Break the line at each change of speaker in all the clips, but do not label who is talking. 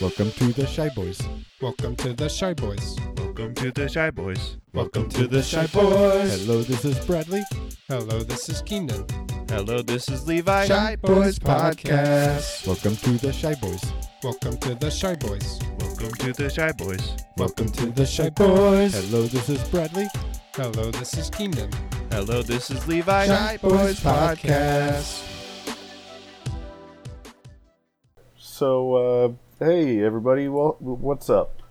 Welcome to the Shy Boys.
Welcome to the Shy Boys.
Welcome to the Shy Boys.
Welcome to the Shy Boys.
Hello, this is Bradley.
Hello, this is Keenan.
Hello, this is Levi.
Welcome to the Shy Boys.
Welcome to the Shy Boys.
Welcome to the Shy Boys.
Welcome to the Shy Boys.
Hello, this is Bradley.
Hello, this is Keenan.
Hello, this is Levi.
So, uh, hey everybody, well, what's up?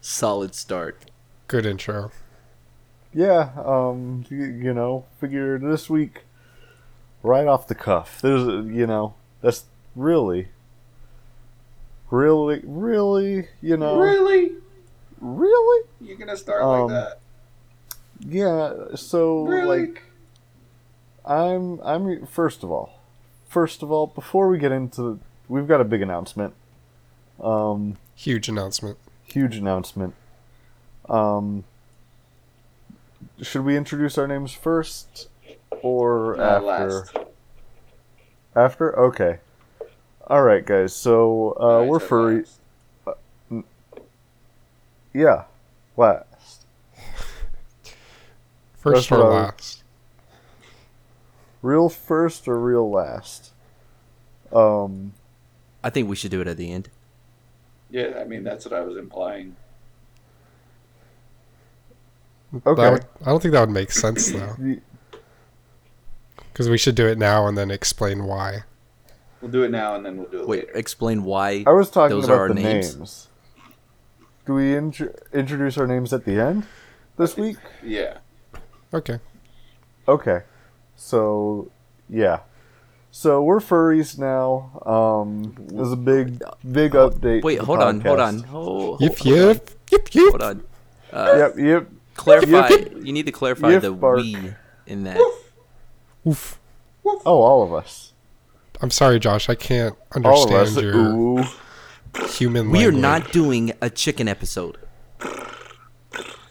Solid start.
Good intro.
Yeah, um, you, you know, figure this week, right off the cuff. There's, uh, you know, that's really, really, really, you know,
Really?
really,
You're gonna start
Um, yeah. So,
Really?
like, I'm, I'm. First of all, first of all, before we get into, we've got a big announcement. Um,
Huge announcement.
huge announcement. Um, should we introduce our names first or
Uh,
after? After? Okay. All right, guys. So uh,
I
we're
said
furry. Uh,
last.
Yeah. Last.
First
That's what
or
I was-
last?
Real first or real last? Um.
I think we should do it at the end.
Yeah, I mean that's what I was implying.
Okay.
That would, I don't think that would make sense though,
y-
because we should do it now and then explain why.
We'll do it now and then we'll do it
Wait,
later.
explain why.
I was talking
Those are
about
our
the names.
names.
Do we intro introduce our names at the end this week?
Yeah.
Okay.
Okay. So, yeah. So we're furries now. Um, there's a big, big update.
Wait,
to the
hold on, hold
podcast.
on, hold,
Oh,
Yip
hold, on,
yip yip yip.
hold on. Uh,
Yep, yep.
Clarify.
Yip.
You need to clarify
Yip
the
bark.
we in that.
Oof.
Oh, all of us.
I'm sorry, Josh. I can't
All of
understand
us.
your
Ooh.
human.
We are
language.
not doing a chicken episode.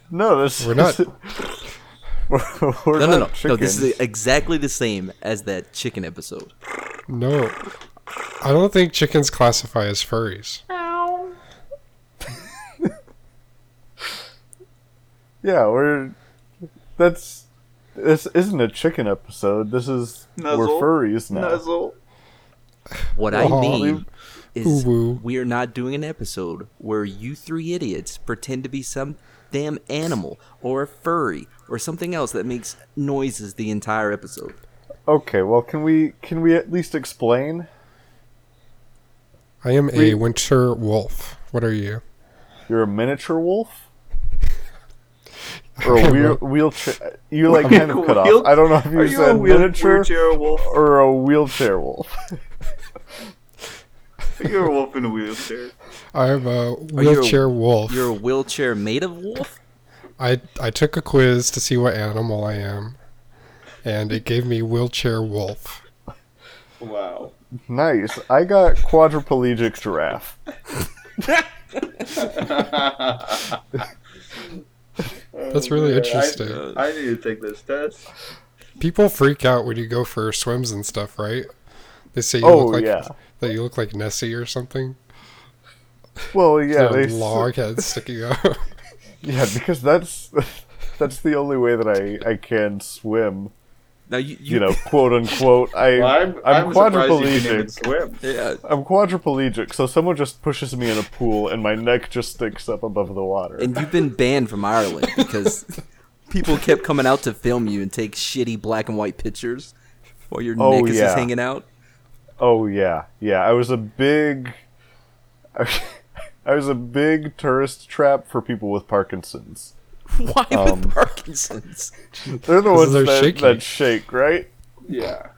No, this.
We're not-
we're, we're
No,
not
no, no, no. This is
chickens.
exactly the same as that chicken episode.
No, I don't think chickens classify as furries.
Yeah, we're. That's. This isn't a chicken episode. This is.
Nuzzle.
We're furries now.
Nuzzle.
What I
Aw.
mean is,
Ooh-woo.
we are not doing an episode where you three idiots pretend to be some damn animal or a furry or something else that makes noises the entire episode.
Okay, well, can we can we at least explain?
I am a
We-
winter wolf. What are you?
You're a miniature wolf. Or a
Okay,
wheel, wheelchair. You like kind of cut off. I don't know if you
Are you
said
a wheel-
miniature
wheelchair wolf?
or a wheelchair wolf.
You're a wolf in a wheelchair.
I'm a wheelchair wolf.
You're a wheelchair made of wolf.
I I took a quiz to see what animal I am, and it gave me wheelchair wolf.
Wow.
Nice. I got quadriplegic giraffe.
That's really interesting.
I need to take this test.
People freak out when you go for swims and stuff, right? They say you
Oh,
look like
yeah.
that you look like Nessie or something.
Well, yeah,
Yeah,
they, s-
log head sticking out.
yeah, because that's that's the only way that I I can swim.
Now you,
You know, quote unquote. I
Well, I'm,
I'm,
I'm, surprised you can even
quadriplegic.
swim.
Yeah,
I'm quadriplegic, so someone just pushes me in a pool, and my neck just sticks up above the water.
and you've been banned from Ireland because people kept coming out to film you and take shitty black and white pictures while your
Oh,
neck is
yeah.
just hanging out.
Oh yeah, yeah. I was a big, I was a big tourist trap for people with Parkinson's.
Why
Um,
with Parkinson's?
They're the ones
they're
that,
shaky.
that shake, right?
Yeah.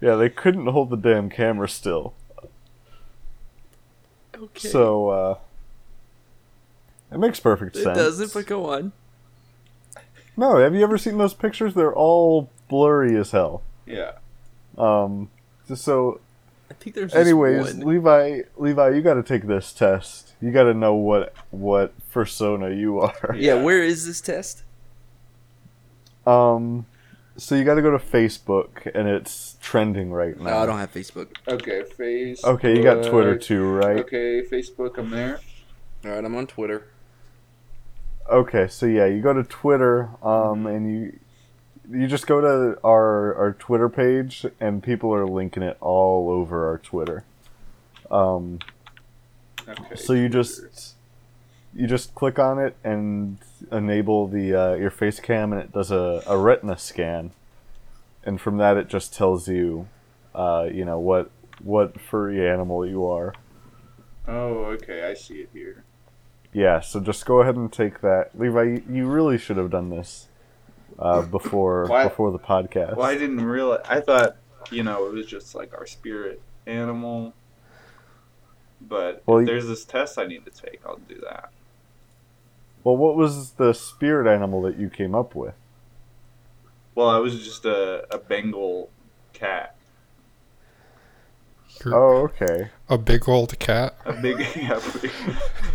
Yeah, they couldn't hold the damn camera still.
Okay,
So uh, it makes perfect
it
sense.
doesn't. But go on.
No, have you ever seen those pictures? They're all blurry as hell.
Yeah.
Um, so,
I think there's just
anyways,
one.
Levi, Levi, you got to take this test. You got to know what what persona you are.
Yeah, where is this test?
Um, So you got to go to Facebook, and it's trending right now.
No, Oh, I don't have Facebook.
Okay, face.
Okay, you got Twitter too, right?
Okay, Facebook. I'm there.
All right, I'm on Twitter.
Okay, so yeah, you go to Twitter, um, and you you just go to our our Twitter page, and people are linking it all over our Twitter. Um,
Okay.
so you just you just click on it and enable the uh, your face cam, and it does a, a retina scan, and from that it just tells you, uh, you know what what furry animal you are.
Oh, okay. I see it here.
Yeah, so just go ahead and take that, Levi. you- You really should have done this uh, before
Why-
before the podcast.
Well, I didn't realize. I thought, you know, it was just like our spirit animal. But
Well,
if
you-
there's this test I need to take. I'll do that.
Well, what was the spirit animal that you came up with?
Well, I was just a, a Bengal cat,
You're
Oh, okay,
a big old cat.
a big, yeah, a big,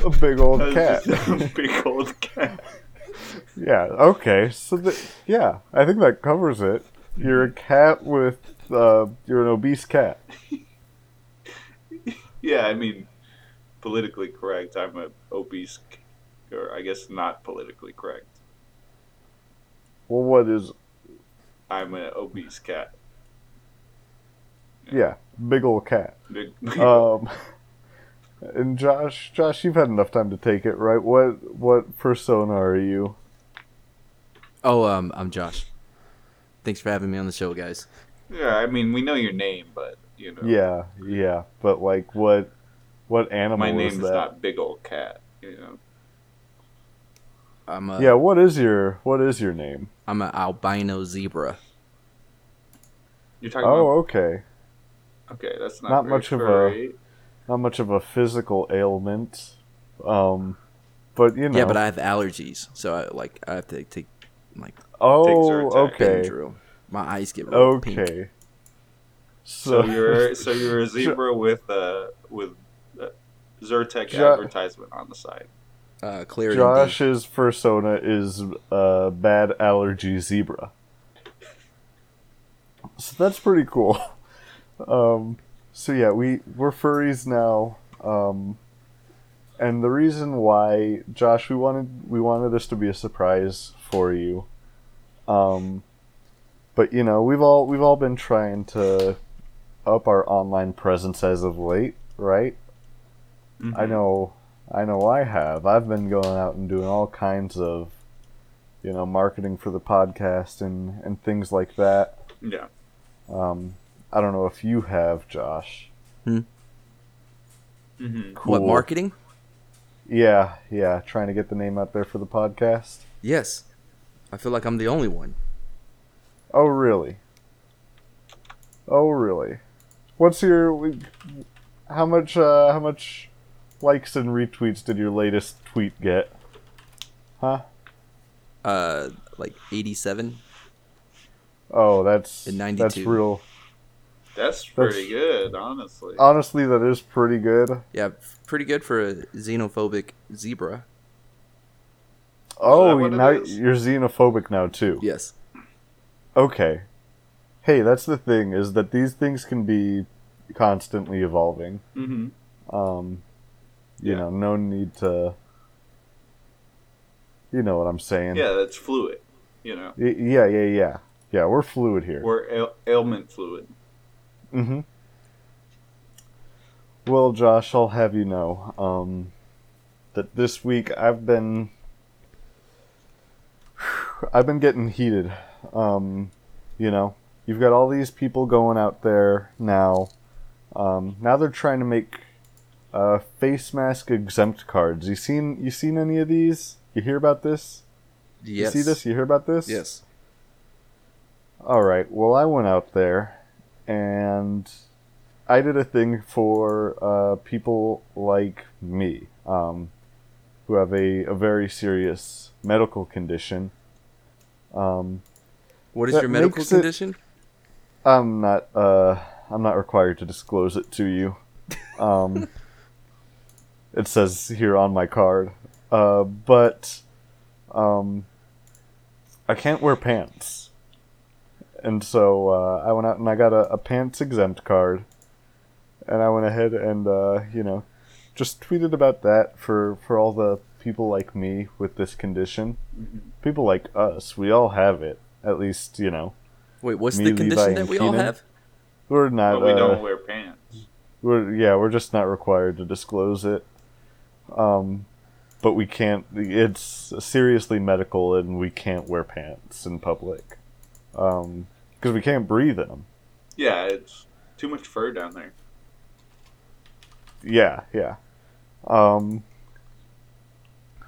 a big old
I was
cat.
just a big old cat.
yeah. Okay. So the, yeah, I think that covers it. You're a cat with uh, you're an obese cat.
Yeah, I mean, politically correct. I'm a obese, c- or I guess not politically correct.
Well, what is
I'm an obese cat.
yeah, big old cat.
Big,
Um, and Josh, Josh, you've had enough time to take it, right? What what persona are you?
Oh, um, I'm Josh. Thanks for having me on the show, guys.
yeah, I mean, we know your name, but you know,
Yeah, yeah, but like what what animal
my
is
name's
that?
not big old cat. You know,
I'm a
yeah, what is your what is your name?
am an albino zebra.
you're talking about
Oh, okay.
Okay, that's not,
Not
very
much of a-
furry.
Not much of a physical ailment. Um but you know.
Yeah, but I have allergies, so I like I have to take like
Oh,
Zyrtec.
okay.
Benadryl. My eyes get real pink.
Okay. So,
So you're so you're a zebra with uh with uh, Zyrtec
Jo-
advertisement on the side.
Uh, clear. and deep.
Josh's persona is uh, bad allergy zebra. So that's pretty cool. Um, so yeah, we we're furries now, um, and the reason why Josh we wanted we wanted this to be a surprise for you, um, but you know we've all we've all been trying to up our online presence as of late, right? I know, I know, I have. I've been going out and doing all kinds of, you know, marketing for the podcast and and things like that.
Yeah.
Um, I don't know if you have, Josh.
hmm
What
Cool.
marketing?
Yeah, yeah. Trying to get the name out there for the podcast.
Yes, I feel like I'm the only one.
Oh, really? Oh, really? What's your? How much? Uh, how much likes and retweets did your latest tweet get?
Uh, like 87.
Oh, that's
And
that's
92.
real.
That's pretty good, honestly.
Honestly, that is pretty good.
Yeah, pretty good for a xenophobic zebra.
that
Oh,
what it
now
is?
you're xenophobic now too.
Yes.
Okay. Hey, that's the thing is that these things can be constantly evolving.
hmm
Um, you
Yeah.
know, no need to. You know what I'm saying?
Yeah, that's fluid. You know,
Y- yeah, yeah, yeah. Yeah, we're fluid here.
or ail- ailment fluid.
Mm-hmm. Well, Josh, I'll have you know um, that this week I've been I've been getting heated. Um, you know, you've got all these people going out there now. Um, now they're trying to make uh, face mask exempt cards. You seen you seen any of these? You hear about this?
Yes.
You see this? You hear about this?
Yes.
All right. Well, I went out there and I did a thing for uh, people like me um, who have a, a very serious medical condition. Um,
What is
That
your medical
makes it-
condition?
I'm not. Uh, I'm not required to disclose it to you. Um, it says here on my card, uh, but um, I can't wear pants. And so uh, I went out and I got a, a pants exempt card. And I went ahead and, uh, you know, just tweeted about that for, for all the people like me with this condition.
Mm-hmm.
People like us, we all have it. At least, you know,
Wait, what's
Me,
the
Levi,
condition
and
that we all
Keenan?
have?
we're not.
But we
uh,
don't wear pants.
we're yeah we're just not required to disclose it um but we can't it's seriously medical and we can't wear pants in public um because we can't breathe in them
Yeah, it's too much fur down there.
yeah yeah um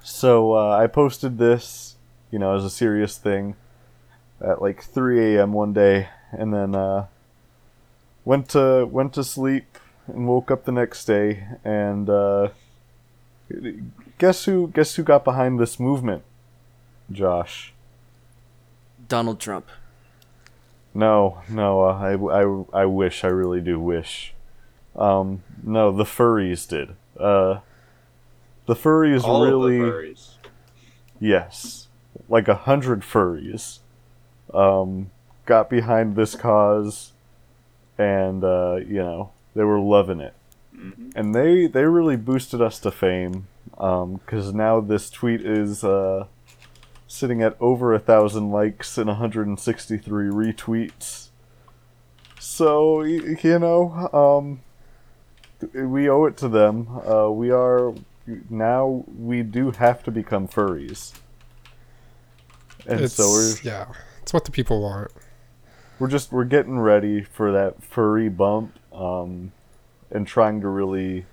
so uh, i posted this you know as a serious thing at like 3 a.m one day and then uh went to went to sleep and woke up the next day and uh guess who guess who got behind this movement josh
Donald Trump.
no no uh, I, I i wish i really do wish um no the furries did uh the furries
All
really
of the furries.
Yes. Like a hundred furries um, got behind this cause and, uh, you know, they were loving it.
Mhm.
And they, they really boosted us to fame because now this tweet is uh, sitting at over a thousand likes and 163 retweets. So, y- you know, um, we owe it to them. Uh, we are now we do have to become furries, and
it's,
so we're
yeah, it's what the people want.
we're just we're getting ready for that furry bump, um, and trying to really,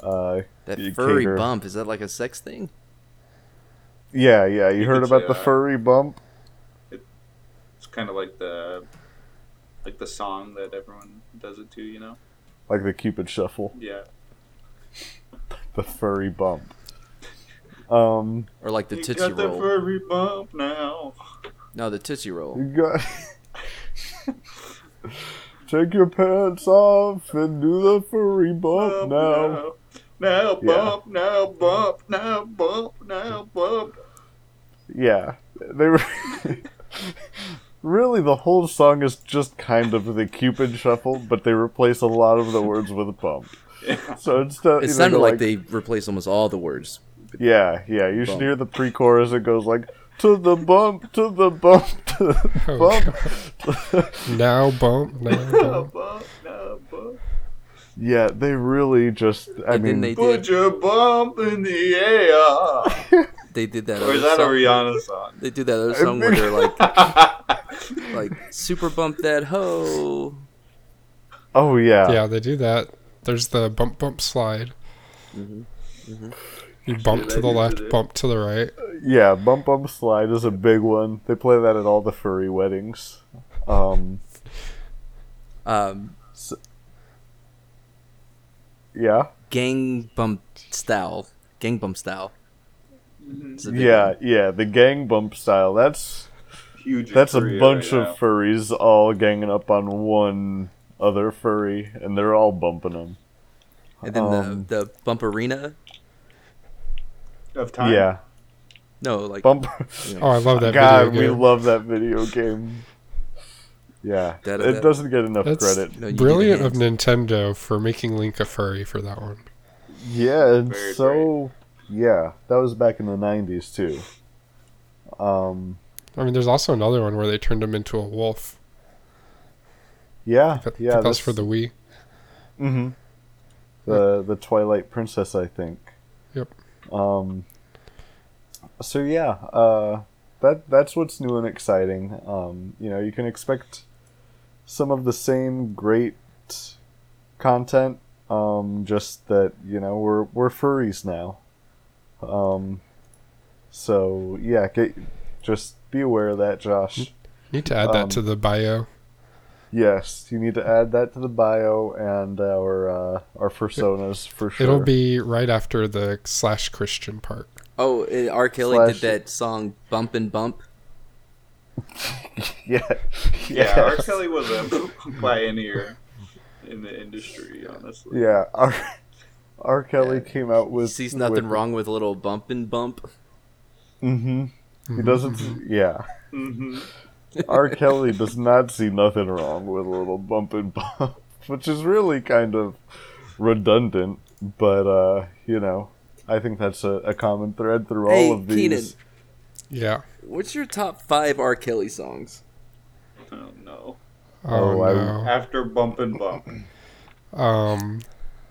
uh,
That
You
furry
cater.
bump, is that like a sex thing?
yeah, yeah. You,
You
heard
could
about
say
the
that.
furry bump?
It's kind of like the like the song that everyone does it to, you know?
Like the Cupid shuffle,
Yeah.
the furry bump. Um,
Or like the
You
Tootsie
got
Roll?
the furry bump now.
no, the Tootsie Roll.
you got. Take your pants off and do the furry bump
Bump
now.
Now
Yeah.
bump, now bump, now bump, now bump.
Yeah, they were. really, the whole song is just kind of the Cupid shuffle, but they replace a lot of the words with a bump. So instead,
It
you know,
sounded
go
like they replaced almost all the words.
Yeah, yeah. You should
Bump.
hear the pre-chorus. It goes like to the bump, to the bump, to the
Oh,
bump.
Now bump, now bump.
Bump, now bump.
yeah, they really just. I
and
mean,
then they did,
Put your bump in the air.
they did that.
Or is
other
that uh, a
song-
Rihanna song?
They did that other song where they're like, like super bump that hoe.
oh yeah,
Yeah, they do that. There's the bump, bump, slide. You bump
Dude,
to
Mm-hmm, I
the
used to
left,
do-
bump to the right.
yeah. Bump bump slide is a big one. They play that at all the furry weddings. Um,
Um,
yeah.
gang bump style. Gang bump style. It's a big one.
Yeah, yeah, the gang bump style. That's
Huge. in
that's a
Korea
bunch
right
of
now.
furries all ganging up on one other furry, and they're all bumping them.
And then
Um,
the, the bump arena.
of time.
Yeah,
No, like
bump.
Oh, I love that
God, we
video game.
love that video game. Yeah,
Da- da-
it
da.
doesn't get enough
That's
credit.
No, you do the
brilliant of
hands.
Nintendo for making Link a furry for that one.
Yeah, and
Very
so yeah, that was back in the '90s too. Um,
I mean, there's also another one where they turned him into a wolf.
yeah,
I think
yeah,
that's for the Wii.
hmm The the Twilight Princess, I think.
Yep.
Um. So yeah, uh, that that's what's new and exciting. Um, you know, you can expect some of the same great content. Um, just that you know we're we're furries now. Um. So yeah, get just be aware of that, Josh.
Need to add
Um,
that to the bio.
Yes, you need to add that to the bio and our uh, our personas for sure.
It'll be right after the slash Christian part.
oh, and R. Kelly
Slash-
did that song "Bump and Bump."
yeah,
Yeah, R.
Yes.
Kelly was a pioneer in the industry, honestly.
Yeah, R. R. Kelly came out
He
with.
sees nothing
with-
wrong with a little bump and bump.
Mm-hmm.
Mm-hmm.
Mhm. He doesn't. Yeah,
hmm
R. Kelly does not see nothing wrong with a little bump and bump, which is really kind of redundant, but uh, you know, I think that's a, a common thread through
Hey,
all of these.
Yeah.
What's your top five R. Kelly songs?
Oh no.
Oh,
Oh, I-
no.
After bump and bump.
um,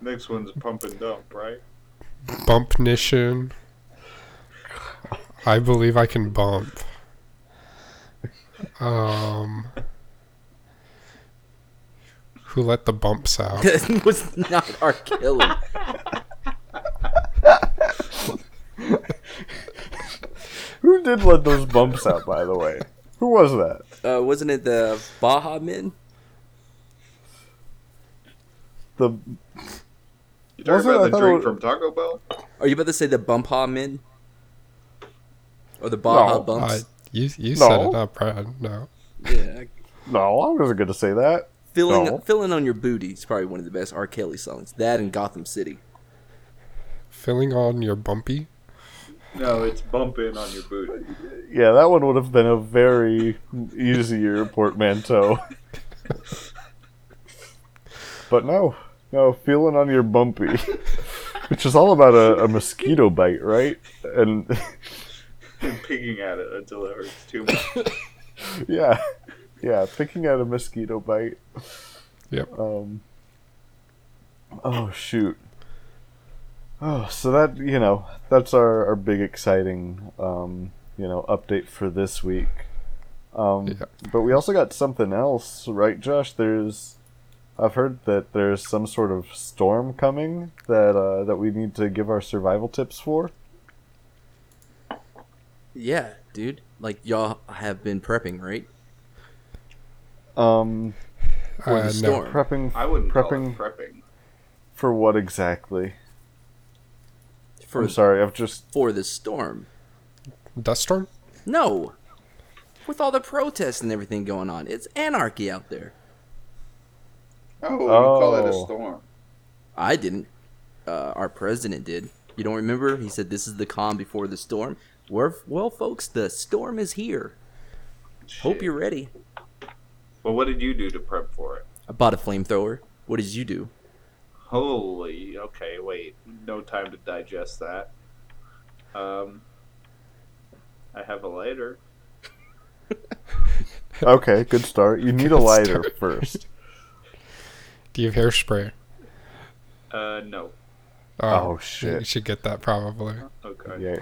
Next one's pump and dump, right?
Bumpnition. I believe I can bump. Um, who let the bumps out?
That was not R. Kelly.
Who did let those bumps out, by the way? Who was that?
Uh, wasn't it the Baja Men?
The
You talking
Wasn't- I
about the
thought it
drink
was-
from Taco Bell?
Are you about to say the Bumpha Men? Or the Baja
No,
Uh,
Bumps?
you you set
No.
it up, Brad. No.
yeah.
no, I wasn't going to say that.
Filling,
No.
filling on your booty is probably one of the best R. Kelly songs. That and Gotham City.
Filling on your bumpy.
No, it's bumping on your booty.
Yeah, that one would have been a very easier portmanteau. but no, no, feeling on your bumpy, which is all about a, a mosquito bite, right? And
I'm picking at it until it hurts too much.
yeah, yeah, picking out a mosquito bite.
Yep.
Um, oh shoot. Oh, so that you know, that's our our big exciting um, you know update for this week. Um,
Yeah.
But we also got something else, right, Josh? There's, I've heard that there's some sort of storm coming that uh, that we need to give our survival tips for.
Yeah, dude. Like, y'all have been prepping, right?
Um,
For
Uh,
the
no.
storm.
prepping
I wouldn't
Prepping.
call it prepping.
for what exactly?
For,
I'm sorry, I've just
for the storm.
Dust storm.
No. With all the protests and everything going on, it's anarchy out there.
Oh, you call it a
Oh.
storm.
I didn't. Uh, our president did. You don't remember? He said this is the calm before the storm. We're, well, folks, the storm is here. Hope
Shit.
you're ready.
Well, what did you do to prep for it?
I bought a flamethrower. What did you do?
Holy. Okay, wait. No time to digest that. Um, I have a lighter.
okay. Good start. You need a
Good
lighter
start.
first.
Do you have hairspray?
Uh, no.
Oh,
You
shit.
should get that probably.
Okay.
Yeah,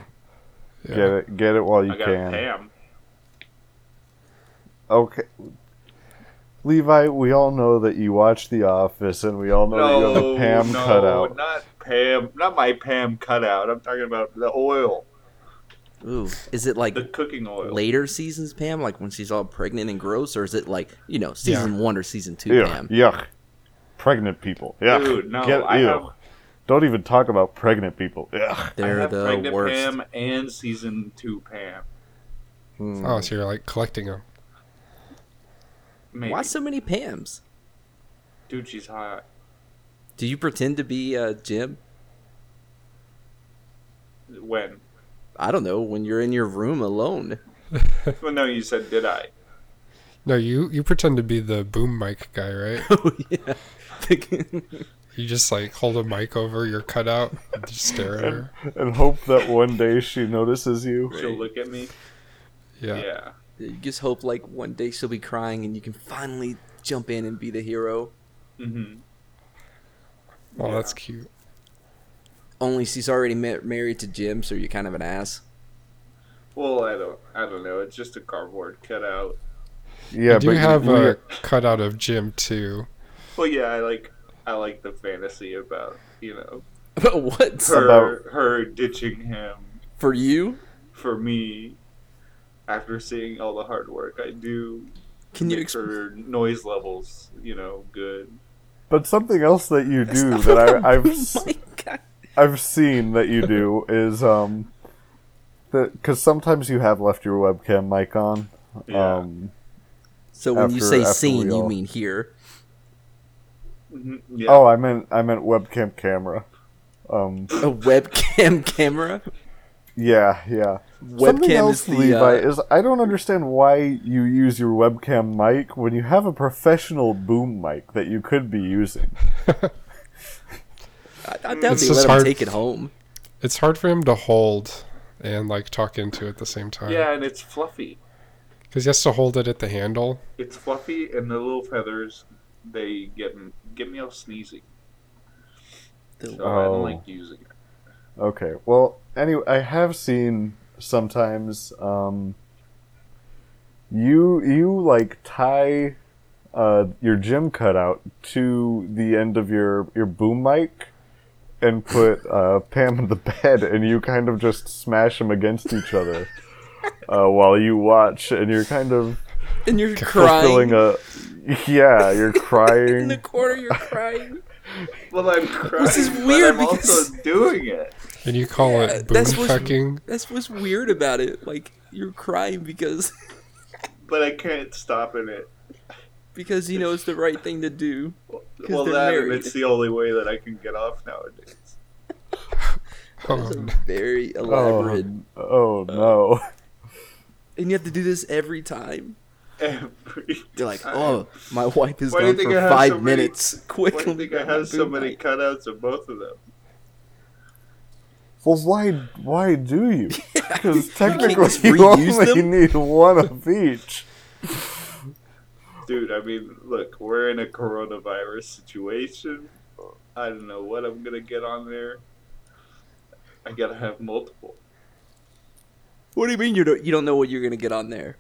Yeah.
get it, get it while you
I got
can.
Pam.
Okay. Levi, we all know that you watch The Office, and we all know that Oh, you have a Pam
no,
cutout.
not Pam. Not my Pam cutout. I'm talking about the oil,
Ooh, is it like
the cooking oil.
later seasons, Pam? Like when she's all pregnant and gross, or is it like you know season one or season two,
Yuck,
Pam?
yuck. Pregnant people. Yuck.
Dude, no,
Get-
I
ew.
have,
Don't even talk about pregnant people. Yuck.
I
They're
have
the
pregnant
worst.
Pam and season two Pam.
Mm.
Oh, so you're like collecting them.
Maybe.
Why so many Pams?
Dude, she's hot.
Do you pretend to be uh, Jim?
When?
I don't know. When you're in your room alone,
Well, no, you said did I?
No, you you pretend to be the boom mic guy, right?
oh yeah.
you just like hold a mic over your cutout, and just stare at her.
And hope that one day she notices you.
She'll look at me.
Yeah.
Yeah.
you just hope like one day she'll be crying and you can finally jump in and be the hero.
Mm-hmm.
Oh, that's cute.
Only she's already ma- married to Jim, so you're kind of an ass.
Well, I don't. I don't know. It's just a cardboard cutout.
Yeah,
I do
but
have uh,
we-
a cutout of Jim too.
Well, yeah, I like. I like the fantasy about you know
But what
her
About-
her ditching him
for you?
for me after seeing all the hard work I do.
Can you
make
explain?
her noise levels, you know, good?
But something else that you
That's
do
not
that
what
I,
a
I've
boom
s-
mic guy-
I've seen that you do is um that because sometimes you have left your webcam mic on.
Yeah.
Um,
So when you
After-
say
after
scene,
we
you
all-
mean here.
Mhm, Yeah.
Oh, I meant I meant webcam camera. Um,
A webcam camera?
Yeah, yeah. Something
Webcam
else,
is the,
Levi,
uh,
is I don't understand why you use your webcam mic when you have a professional boom mic that you could be using.
I, I doubt
It's
they
just
let him
hard.
take it home.
It's hard for him to hold and like talk into at the same time.
Yeah, and it's fluffy.
Because he has to hold it at the handle.
It's fluffy, and the little feathers they get m- get me all sneezy. So I
Oh.
don't like using it.
Okay. Well, anyway, I have seen sometimes um, you you like tie uh, your gym cutout to the end of your your boom mic and put uh, Pam in the bed, and you kind of just smash them against each other uh, while you watch, and you're kind of
And you're
fulfilling
crying.
a yeah, you're
In
crying.
the corner, you're crying.
Well, I'm crying.
This is
but
weird
I'm
because-
also doing it.
And you call
Yeah,
it boom
that's what's-
fucking.
That's what's weird about it. Like you're crying because
But I can't stop in it.
because you know it's the right thing to do.
Well,
they're
that
married.
and it's the only way that I can get off nowadays.
It's a
Oh,
very
Oh,
elaborate,
oh no.
Uh. and you have to do this every time.
Every
You're like,
time.
oh, my wife is
Why do you
gone
think
for
I have
five
so many-
minutes.
Why
Quickly,
do you think I
grab my
have so
boom
many
mic.
cutouts of both of them?
Well, why why do you? Because technically,
just
you
reuse
only
them?
need one of each.
Dude, I mean, look, we're in a coronavirus situation. I don't know what I'm gonna get on there. I gotta have multiple.
What do you mean you don't you don't know what you're gonna get on there?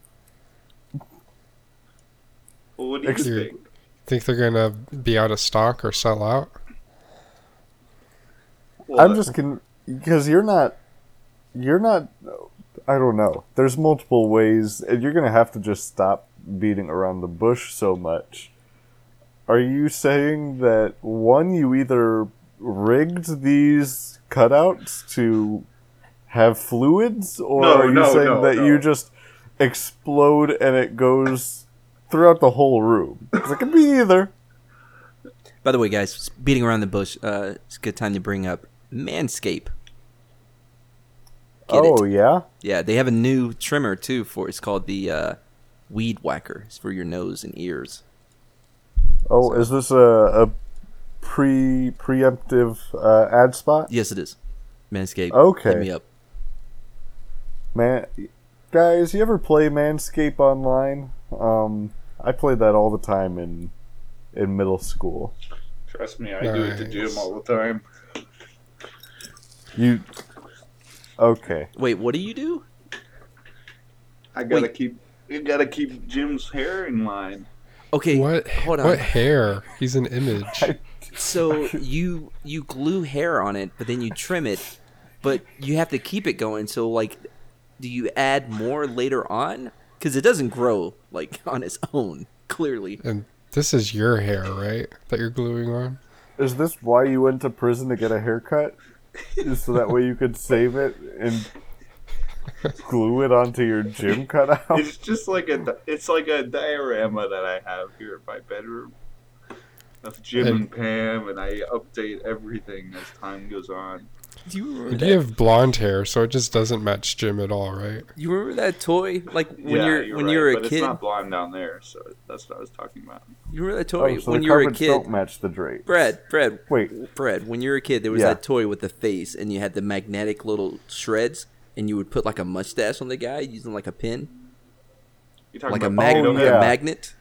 Well, what do you
Excuse-
think?
think they're gonna be out of stock or sell out?
Well,
I'm just con because you're not, you're not. I don't know. There's multiple ways, and you're gonna have to just stop beating around the bush so much. Are you saying that one, you either rigged these cutouts to have fluids, or
No,
are you
no,
saying
no,
that
no.
you just explode and it goes throughout the whole room? 'Cause it could be either.
By the way, guys, beating around the bush. Uh, it's a good time to bring up Manscape. Get
oh
it.
yeah.
Yeah, they have a new trimmer too for it's called the uh, Weed Whacker. It's for your nose and ears.
Oh, is this a, a pre preemptive uh, ad spot?
Yes, it is. Manscaped.
Oh, Okay.
Hit me up.
Man, guys, you ever play Manscape online? Um, I played that all the time in in middle school.
trust me, I do it to gym
Nice.
all the time.
You okay?
Wait, what do you do?
I gotta
Wait.
keep, you gotta keep Jim's hair in line.
Okay,
what?
hold on.
What hair? He's an image.
So you you glue hair on it, but then you trim it, but you have to keep it going. So like, do you add more later on? Because it doesn't grow like on its own. Clearly,
and this is your hair, right? That you're gluing on.
Is this why you went to prison to get a haircut? Is so that way you could save it and glue it onto your gym cutout?
It's just like a, di- it's like a diorama that I have here in my bedroom of Jim
And-
and Pam, and I update everything as time goes on.
do you remember
And
that?
you have blonde hair, so it just doesn't match Jim at all, right?
you remember that toy? Like when
Yeah,
you're, when
right,
you're
but
a
It's
kid.
not blonde down there, so that's what I was talking about.
You remember that toy
Oh, so
when
the
you were a
carpets
kid?
don't match the drape.
Brad, Brad,
Wait,
Brad, when you were a kid, there was
Yeah.
that toy with the face, and you had the magnetic little shreds, and you would put like a mustache on the guy using like a pin,
You're talking
like a
about
magnet,
Magneto?
Oh, yeah.
a magnet.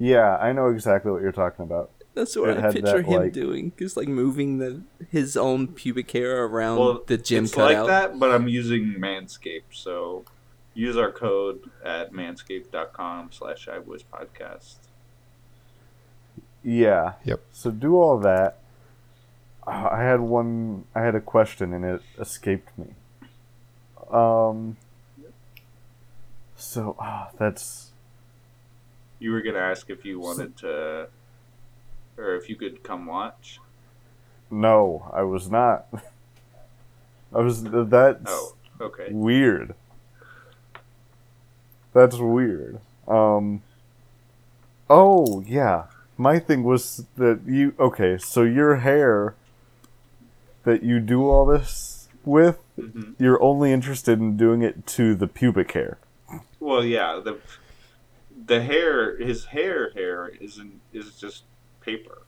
yeah, I know exactly what you're talking about.
That's what
It
I
had
picture
that,
him
like-
doing, just like moving the his own pubic hair around
Well,
the gym
it's
cutout.
like that, but I'm using Manscaped. So use our code at manscaped.com slash podcast.
Yeah.
Yep.
So do all that. Uh, I had one. I had a question and it escaped me. Um. So ah, that's
You were going to ask if you wanted to, or if you could come watch.
no. I was not. I was. That's
Oh, okay.
weird. That's weird. Um. Oh yeah, my thing was that you okay. So your hair that you do all this with,
Mm-hmm.
you're only interested in doing it to the pubic hair.
Well, yeah, the the hair, his hair, hair isn't is just paper.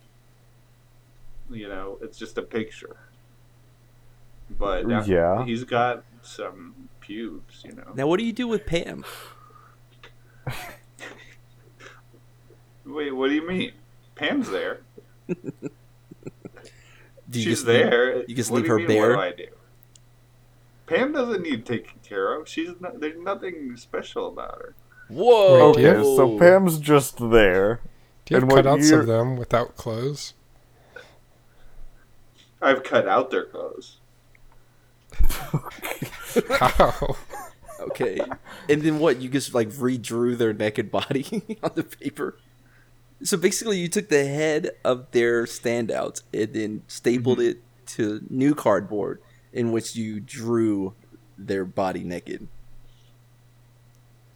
You know, it's just a picture. But uh,
Yeah.
he's got some pubes. You know,
Now, what do you do with Pam?
wait, what do you mean? Pam's there.
Do you
She's
just leave-
there.
you just
What
leave
do
her
mean,
bare?
What do I do? Pam doesn't need taken care of. She's not, there's nothing special about her.
Whoa.
Okay, so Pam's just there.
Do you have
And what
cutouts
year-
of them without clothes?
I've cut out their clothes.
How?
Okay. And then what? You just like redrew their naked body on the paper. So basically, you took the head of their standouts and then stapled
Mm-hmm.
it to new cardboard, in which you drew their body naked.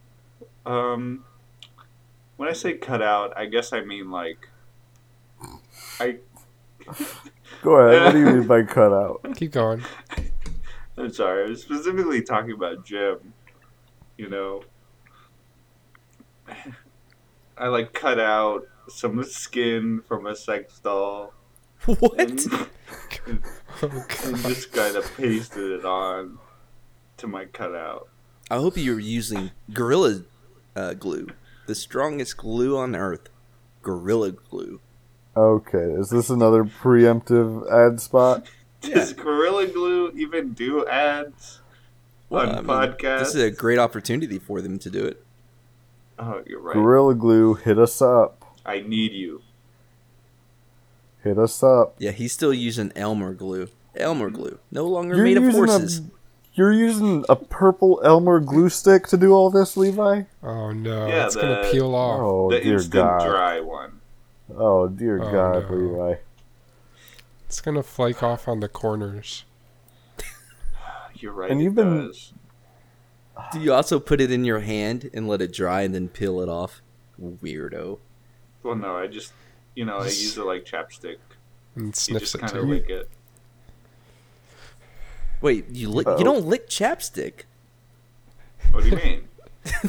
Um, when I say cut out, I guess I mean like I.
Go ahead. What do you mean by cut out?
Keep going.
I'm sorry. I was specifically talking about Jim. You know, I like cut out some skin from a sex doll and,
What?
Oh,
and
God.
just kind of pasted it on to my cutout.
I hope you were using Gorilla uh, glue, the strongest glue on earth. Gorilla glue.
Okay, is this another preemptive ad spot?
Does Gorilla Glue even do ads
Well,
on
I mean,
podcasts?
Um, This is a great opportunity for them to do it.
oh, you're right.
Gorilla Glue, hit us up.
I need you.
Hit us up.
Yeah, he's still using Elmer glue. Elmer glue. No longer
You're
made of
using a-
horses.
You're using a purple Elmer glue stick to do all this, Levi?
Oh, no.
Yeah,
it's going
the-
to peel off.
Oh,
the
dear
instant
God.
dry one.
Oh, dear
Oh,
God,
no.
Levi.
It's going to flake off on the corners.
You're right.
And
it
you've been-
does.
Do you also put it in your hand and let it dry and then peel it off? Weirdo.
Well, no, I just you know I use it like chapstick.
And
You
sniffs
just
it
kind
too.
of lick it.
Wait, you lick,
Uh-oh.
you don't lick chapstick.
What do you mean?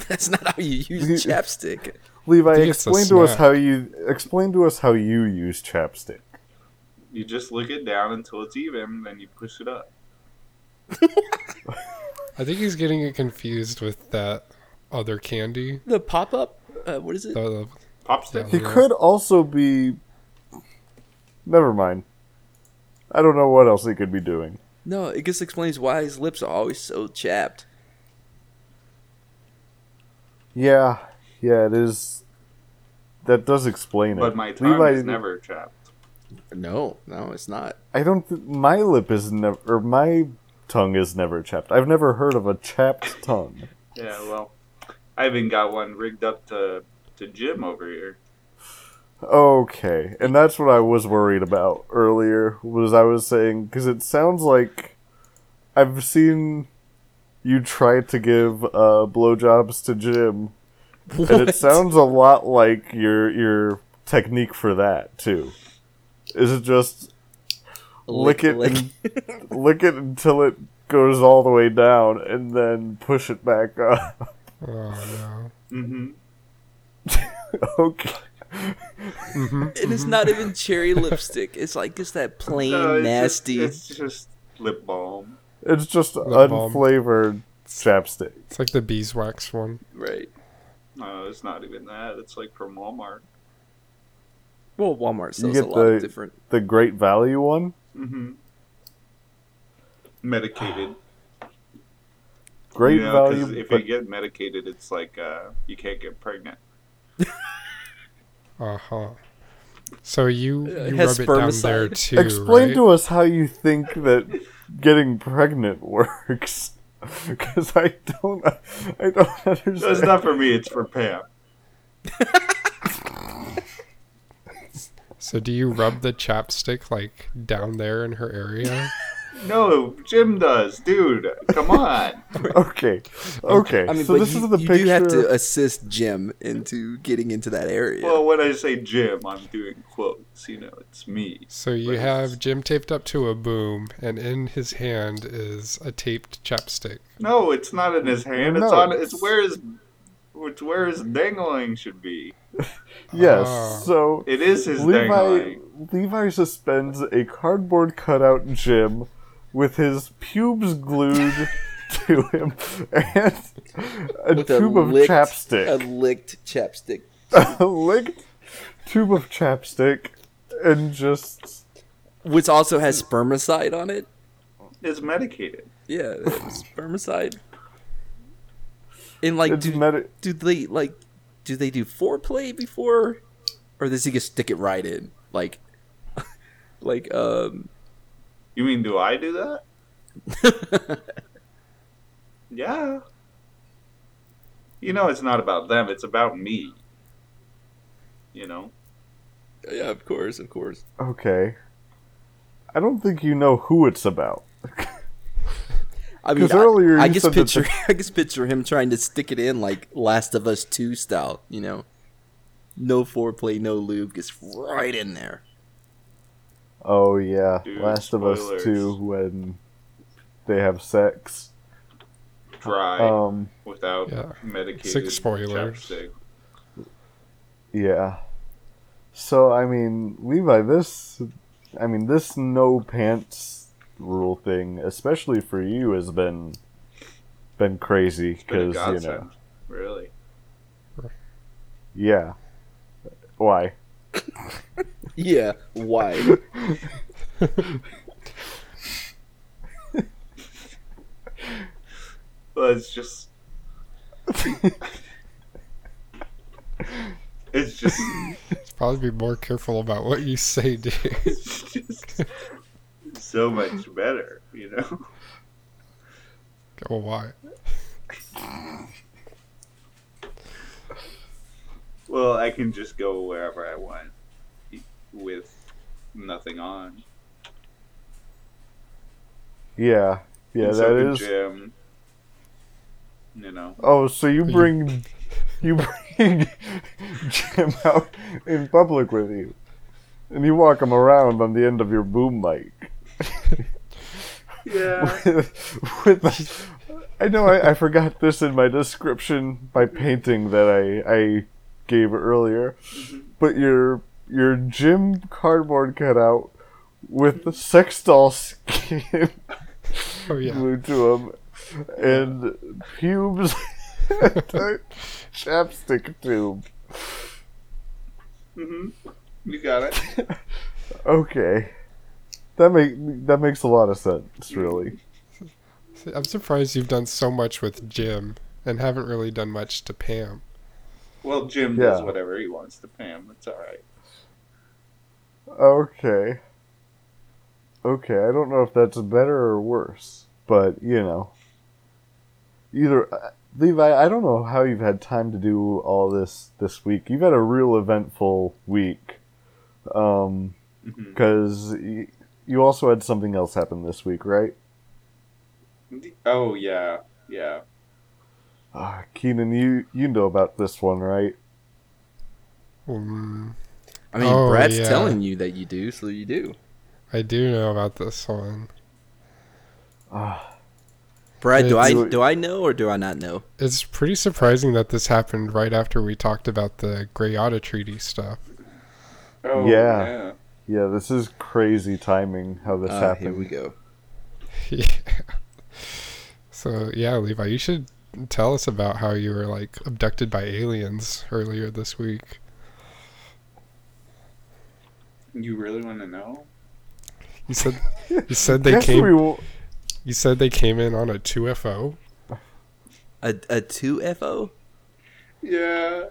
That's not how you use chapstick.
Levi,
think it's a
explain to us
snack.
how you explain to us how you use chapstick.
You just lick it down until it's even, then you push it up.
I think he's getting it confused with that other candy.
The pop up. Uh, what is it?
The-
Popstick.
He
Yeah.
could also be. Never mind. I don't know what else he could be doing.
No, it just explains why his lips are always so chapped.
Yeah, yeah, it is. That does explain it.
But my tongue
Levi,
is never chapped.
No, no, it's not.
I don't. Th- my lip is never, or my tongue is never chapped. I've never heard of a chapped tongue.
Yeah, well, I even got one rigged up to to Jim over here.
Okay, and that's what I was worried about earlier. Was I was saying because it sounds like I've seen you try to give uh, blowjobs to Jim, and it sounds a lot like your your technique for that too. Is it just lick it and lick it until it goes all the way down, and then push it back up?
oh, no.
Mm-hmm.
okay.
Mm-hmm.
and it's not even cherry lipstick. It's like just that plain nasty.
Just, it's just lip balm.
It's just
balm.
unflavored chapstick.
It's like the beeswax one.
Right.
No, it's not even that. It's like from Walmart.
Well, Walmart sells a
get
lot of
the-
different.
The Great Value one.
Mm-hmm. Medicated.
Great
you know, 'cause
value,
If
but
you get medicated, it's like uh, you can't get pregnant.
Uh huh. So you,
Uh, It
you rub
has
it down
spermicide.
there too.
explain
right?
to us how you think that getting pregnant works. Because I don't, I don't
No, it's
understand.
not for me. It's for Pam.
So do you rub the chapstick like down there in her area?
No, Jim does, dude. Come on.
Okay, okay.
I mean,
so
but
this
you,
is the
you
picture.
do have to assist Jim into getting into that area.
Well, when I say Jim, I'm doing quotes. You know, it's me.
So you
Right.
have Jim taped up to a boom, and in his hand is a taped chapstick.
No, it's not in his hand. It's
No.
on. It's where his. It's where his dangling should be.
Yes.
Ah.
Oh.
So
It is his
Levi
dangling.
Levi suspends a cardboard cutout Jim with his pubes glued to him and a
With a
tube of
licked, a
chapstick.
licked chapstick.
A, licked tube of chapstick and just
which also has spermicide on it.
It's medicated.
Yeah, spermicide. And like,
it's
do,
medi-
do they like, do they do foreplay before, or does he just stick it right in? Like, like um,
You mean do I do that? Yeah. You know, it's not about them. It's about me. You know.
yeah, of course, of course.
okay. I don't think you know who it's about.
I mean,
'Cause
I-
earlier
I,
you
just
said that
picture, I just picture him trying to stick it in like Last of Us Two style, you know. No foreplay, no lube, gets right in there.
Oh yeah,
Dude,
Last of Us
spoilers.
Two when they have sex.
Dry
Um,
without
Yeah.
medicated
Six spoilers.
chapstick.
Yeah. So I mean, Levi, this, I mean, this no pants rule thing, especially for you, has been been crazy
Been
because
a
you
godsend.
know,
Really.
yeah. Why?
Yeah, why?
Well, it's just. it's just.
Probably be more careful about what you say, dude.
It's just so much better, you know?
Well, why?
Well, I can just go wherever I want with nothing on.
Yeah, yeah,
And so
that
can
is.
Jim. You know,
Oh, so you
you-
bring you bring Jim out in public with you, and you walk him around on the end of your boom mic.
yeah,
with, with the- I know I, I forgot this in my description, my painting that I I gave earlier,
Mm-hmm.
but your your gym cardboard cutout with the sex doll skin
Oh yeah.
glued to him and pubes and a chapstick tube.
hmm you got it.
Okay. That make that makes a lot of sense, really.
See, I'm surprised you've done so much with Jim and haven't really done much to Pam.
Well, Jim does
Yeah.
whatever he wants to Pam. It's all right.
Okay. Okay, I don't know if that's better or worse, but you know. Either uh, Levi, I don't know how you've had time to do all this this week. You've had a real eventful week. Um
Mhm.
Mm-hmm.
cuz y- you also had something else happen this week, right?
Oh yeah, yeah.
Uh, Keenan, you you know about this one, right?
Mm,
I mean,
Oh,
Brad's
yeah.
telling you that you do, so you do.
I do know about this one.
Ah,
Brad, do
It's-
I do I know or do I not know?
It's pretty surprising that this happened right after we talked about the Grayada Treaty stuff.
Oh
Yeah. Yeah, this is crazy timing how this
Uh,
happened.
here we go.
yeah. So yeah, Levi, you should tell us about how you were like abducted by aliens earlier this week.
You really want to know?
You said you said they
Guess
came.
we will-
You said they came in on a two FO.
A a two FO?
Yeah.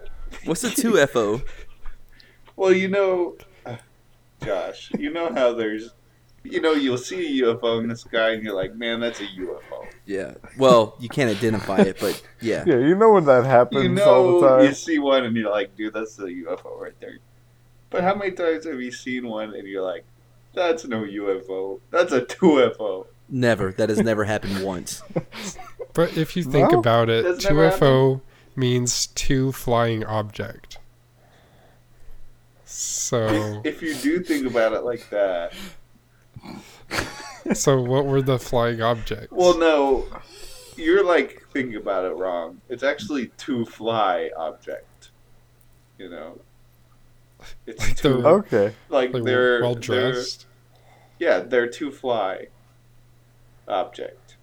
What's a two FO?
Well, you know, Josh, you know how there's, you know, you'll see a UFO in the sky and you're like, man, that's a UFO.
Yeah. Well, you can't identify it, but yeah.
yeah, you know when that happens
You
all the
know,
time.
you see one and you're like, dude, that's a UFO right there. But how many times have you seen one and you're like, that's no UFO, that's a 2FO?
Never. That has never happened once.
But if you think
No.
about it,
That's
two
never
FO means two flying object. So,
If you do think about it like that,
so what were the flying objects?
well, no, you're like thinking about it wrong. It's actually to fly object. You know, it's
Like
to
the-
Okay.
like
like
they're
well
they're-
dressed.
yeah, they're to fly object.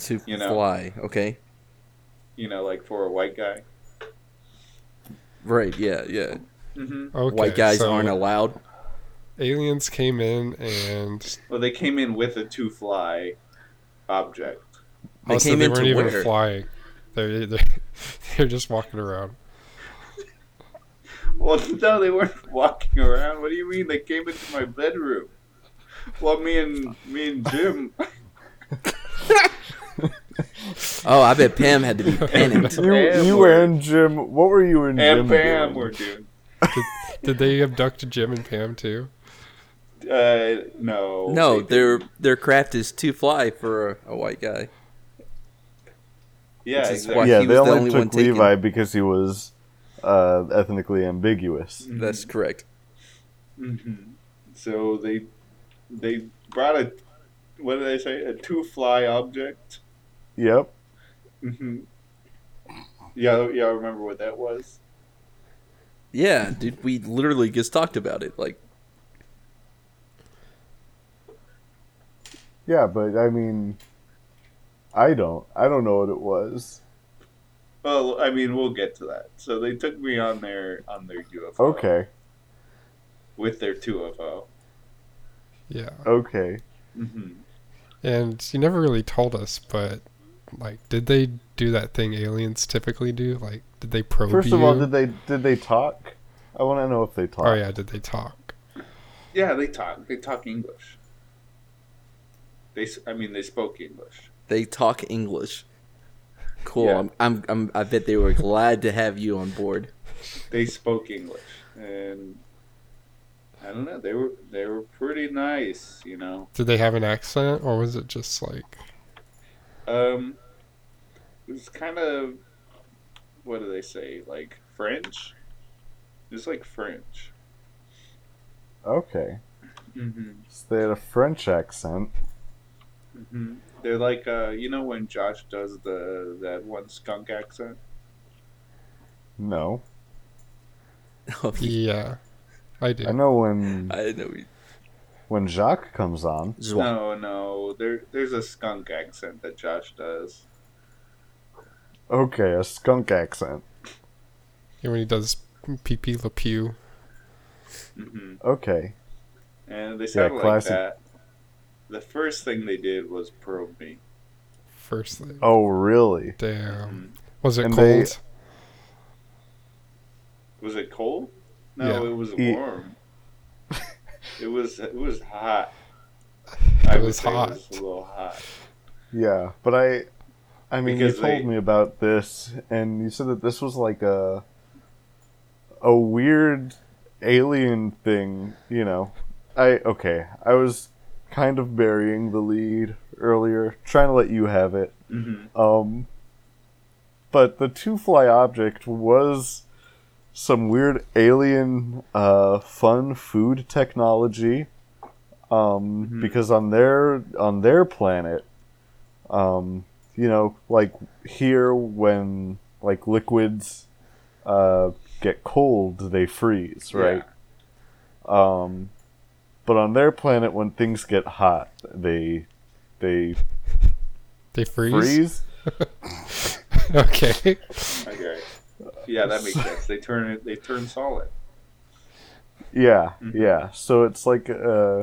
To
You know.
fly. Okay.
You know, like for a white guy.
Right. Yeah. Yeah.
hmm
Okay,
White guys
so
aren't allowed.
aliens came in and
Well, they came in with a to fly object.
They
also
came
they
in
weren't
to
even
where?
flying. They're, they're they're just walking around.
Well, no, they weren't walking around. What do you mean? They came into my bedroom. Well, me and me and Jim.
Oh, I bet Pam had to be panicked.
You,
Pam
you
were-
and Jim, what were you and, Jim
and Pam
doing?
were doing.
Did they abduct Jim and Pam too?
Uh, no.
No,
they
their
didn't.
their craft is too fly for a, a white guy.
yeah,
which is
exactly.
why-
yeah,
he
they
was the
only,
only one
took
taken.
Levi because he was uh, ethnically ambiguous.
Mm-hmm.
That's correct.
Mhm. So they they brought a what did I say? A two fly object.
Yep.
Mm-hmm. Yeah, yeah, I remember what that was.
Yeah, dude, we literally just talked about it. Like,
Yeah, but I mean, I don't. I don't know what it was.
Well, I mean, we'll get to that. So they took me on their on their UFO.
Okay.
With their two UFO.
Yeah,
Okay.
Mm-hmm.
and you never really told us, but like, did they do that thing aliens typically do? Like, did they probe
First
you?
of all, did they did they talk? I want to know if they talked.
oh yeah, did they talk?
Yeah, they talk. They talk English. They, s- I mean, they spoke English.
they talk English. Cool.
Yeah.
I'm, I'm, I'm, I bet they were glad to have you on board.
They spoke English, and I don't know. They were they were pretty nice, you know.
Did they have an accent, or was it just like
Um, it was kind of what do they say? Like French. It's like French.
Okay.
Mm-hmm.
So they had a French accent.
Mm-hmm. They're like, uh, you know, when Josh does the that one skunk accent.
No,
Oh, yeah.
yeah? I do.
I know when
I know. we-
when Jacques comes on.
Zwa-
No, no, there there's a skunk accent that Josh does.
Okay, a skunk accent.
Yeah, when he does pee pee la pew.
Mm-hmm.
Okay.
And they sounded like
classic.
that. The first thing they did was probe me.
First thing.
Oh, really?
Damn. Was it
And
cold?
they-
Was it cold? No,
Yeah.
it was
E-
warm. it was it was hot.
It
I would
was
say
hot.
It was a little hot.
Yeah, but I, I mean,
Because
you told
they-
me about this, and you said that this was like a, a weird alien thing. You know, I okay. I was kind of burying the lead earlier, trying to let you have it.
hmm
Um, but the two fly object was some weird alien uh, fun food technology. Um,
Mhm.
because on their on their planet, um, you know, like here when like liquids uh, get cold, they freeze, right? Um, but on their planet, when things get hot, they they
They freeze.
freeze.
okay.
Okay. Yeah, that makes sense. They turn it. They turn solid.
Yeah,
Mhm.
yeah. So it's like uh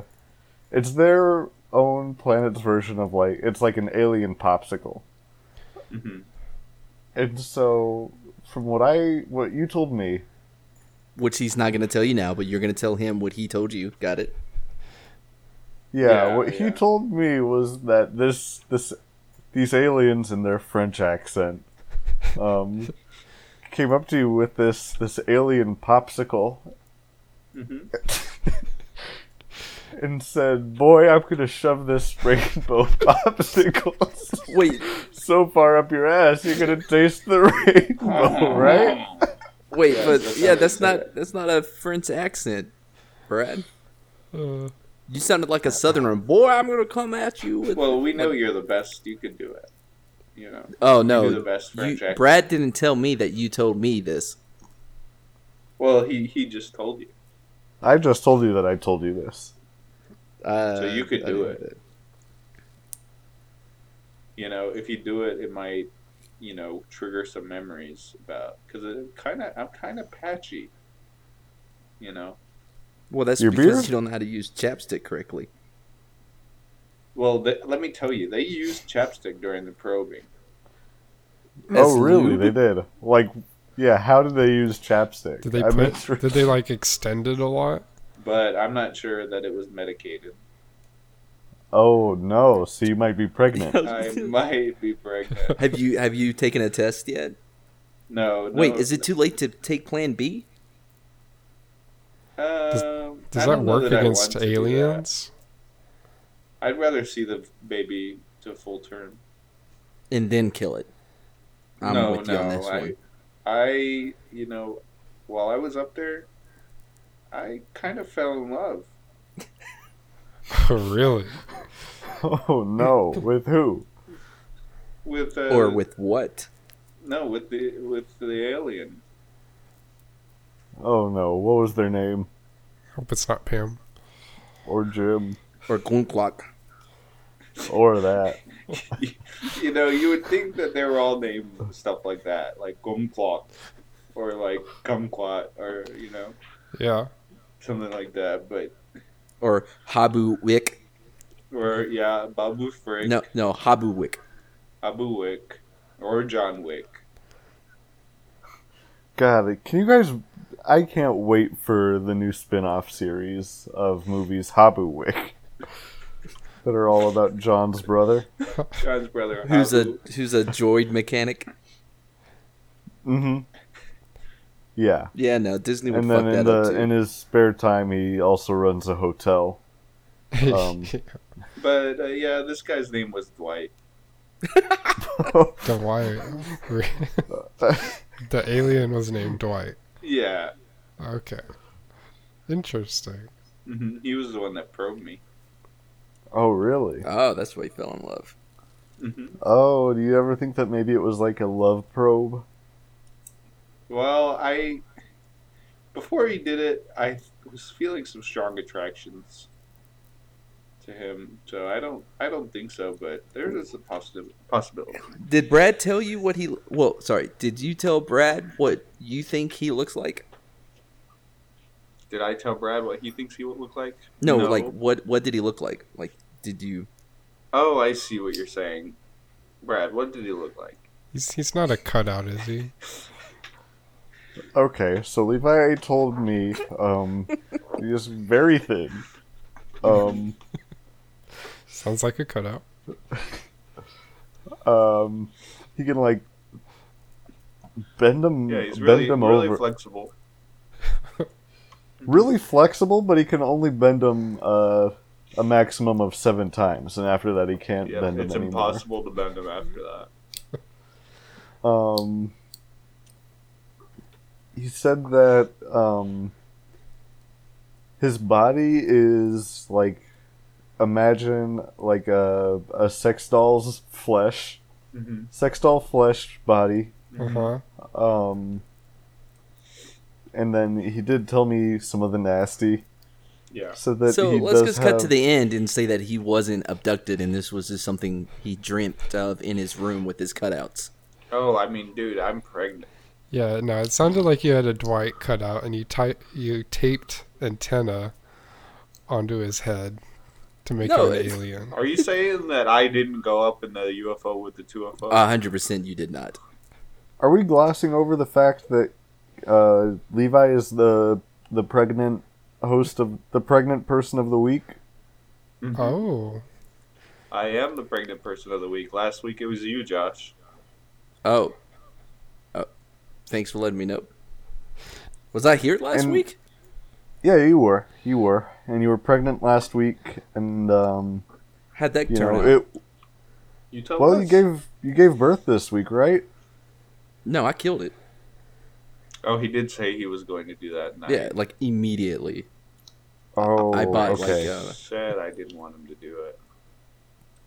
it's their own planet's version of like it's like an alien popsicle.
hmm
And so from what I what you told me,
Which he's not going to tell you now, but you're going to tell him what he told you. Got it.
yeah,
Yeah,
what
yeah.
he told me was that this this these aliens in their French accent um came up to you with
Mm-hmm.
this this alien popsicle
hmm
and said, "Boy, I'm gonna shove this rainbow popsicles
Wait,
so far up your ass, you're gonna taste the rainbow, right?"
wait,
Yes,
but
that's
yeah,
how they
that's
say
not
it.
that's not a French accent, Brad.
Uh,
You sounded like a southerner. Boy, I'm gonna come at you with.
Well, we know you're the best. You can do it. You know.
oh
you
no,
do the best
you-
French accent.
Brad didn't tell me that you told me this.
Well, he he just told you.
I just told you that I told you this.
Uh,
you could
I
do
didn't-
You know, if you do it, it might, you know, trigger some memories about because it kind of I'm kind of patchy. You know.
Well, that's
Your
because
beard?
you don't know how to use chapstick correctly.
Well, th let me tell you, they used chapstick during the probing.
That's
oh, really?
lewd.
They did. Like, yeah. How did they use chapstick?
did they
I'm
put?
interested-
Did they like extend it a lot?
but I'm not sure that it was medicated.
Oh no! So you might be pregnant.
I might be pregnant.
Have you have you taken a test yet?
No. no
Wait, is it too late to take Plan B?
Um, I
Does that
don't know
work
I
against
want to do that.
aliens?
I'd rather see the baby to full term.
and then kill it. I'm
no,
with
no.
you on this
I,
one.
I, you know, while I was up there, I kind of fell in love.
Oh, really?
oh no! With who?
With uh,
Or with what?
no with the with the alien
Oh no! What was their name?
Hope it's not Pam.
Or Jim?
Or Glunklok.
Or that?
you know you would think that they were all named stuff like that like Gumquat or like Kumquat or you know
Yeah.
something like that but
Or Habu Wick.
Or yeah, Babu Frick,
No, no, Habu Wick.
Abu Wick, or John Wick.
God, can you guys? I can't wait for the new spin-off series of movies Habu Wick that are all about John's brother.
John's brother.
Who's a
Abu.
who's a droid mechanic?
Mm-hmm. Yeah,
Yeah, no, Disney would
and
fuck
then in
that up
the
too.
in his spare time, he also runs a hotel. Um,
But uh, yeah, this guy's name was Dwight.
Dwight. the alien was named Dwight.
Yeah,
Okay. Interesting.
Mhm. he was the one that probed me.
oh, really?
oh, that's why he fell in love.
hmm
Oh, do you ever think that maybe it was like a love probe?
Well, I before he did it, I was feeling some strong attractions to him. So I don't, I don't think so. But there is a possibility. Possibility.
Did Brad tell you what he? Well, sorry. Did you tell Brad what you think he looks like?
Did I tell Brad what he thinks he would look like?
No, like what? What did he look like? Like, did you?
Oh, I see what you're saying, Brad. What did he look like?
He's he's not a cutout, is he?
Okay, so Levi told me um, he is very thin. Um,
Sounds like a cutout.
um, he can like bend him,
Yeah, he's
bend
really,
him
really
over.
flexible.
really flexible, but he can only bend him uh, a maximum of seven times, and after that he can't
Yeah,
bend him
it's
anymore.
impossible to bend him after that.
Um, he said that um, his body is like imagine like a a sex doll's flesh,
Mm-hmm.
sex doll flesh body.
Uh
Mm-hmm.
Uh-huh.
huh.
Um, and then he did tell me some of the nasty.
Yeah.
So that
so
he
let's
does
just
have,
cut to the end and say that he wasn't abducted, and this was just something he dreamt of in his room with his cutouts.
Oh, I mean, dude, I'm pregnant.
Yeah. No, it sounded like you had a Dwight cutout, and you ti- you taped antenna onto his head to make
No,
him an
it's-
alien.
Are you saying that I didn't go up in the UFO with the two of us?
A hundred percent, you did not.
Are we glossing over the fact that uh, Levi is the the pregnant host of the pregnant person of the week?
Mm-hmm.
Oh.
I am the pregnant person of the week. Last week it was you, Josh.
Oh. oh, thanks for letting me know. Was I here last
And-
week?
Yeah, you were. You were. And you were pregnant last week and um
How'd that
you
turn
know,
out?
it
You tell
well,
us.
you gave you gave birth this week, right?
no, I killed it.
oh, he did say he was going to do that. Night.
Yeah, like immediately.
Oh,
I bought, like,
okay.
uh,
Said I didn't want him to do it.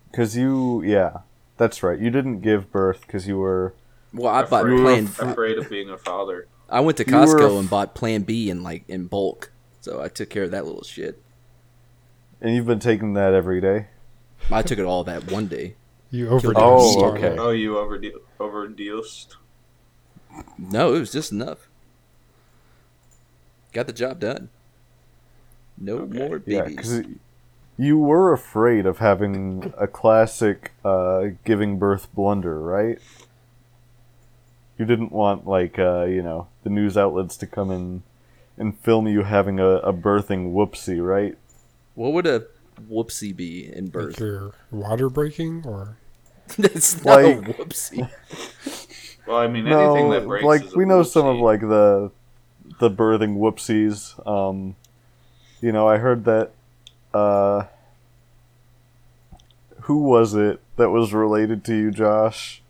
Because you, yeah, that's right. You didn't give birth because you were.
Well, I bought
Afraid-
Plan.
Afraid of being a father.
I went to
You were
Costco
a-
and bought Plan B in like in bulk, so I took care of that little shit.
And you've been taking that every day.
I took it all that one day.
You overdosed.
Oh,
on
okay.
it.
Oh, you overde- overdosed.
No, it was just enough. Got the job done. No more
Yeah,
babies.
because you were afraid of having a classic uh, giving birth blunder, right? You didn't want, like, uh, you know, the news outlets to come in and film you having a, a birthing whoopsie, right?
what would a whoopsie be in
Like
birth?
your water breaking or
That's not
Like-
a whoopsie.
Well, I mean, anything
no,
that breaks.
like
is a
we know some of
whoopsie.
like the the birthing whoopsies. Um, you know, I heard that. Uh, who was it that was related to you, Josh?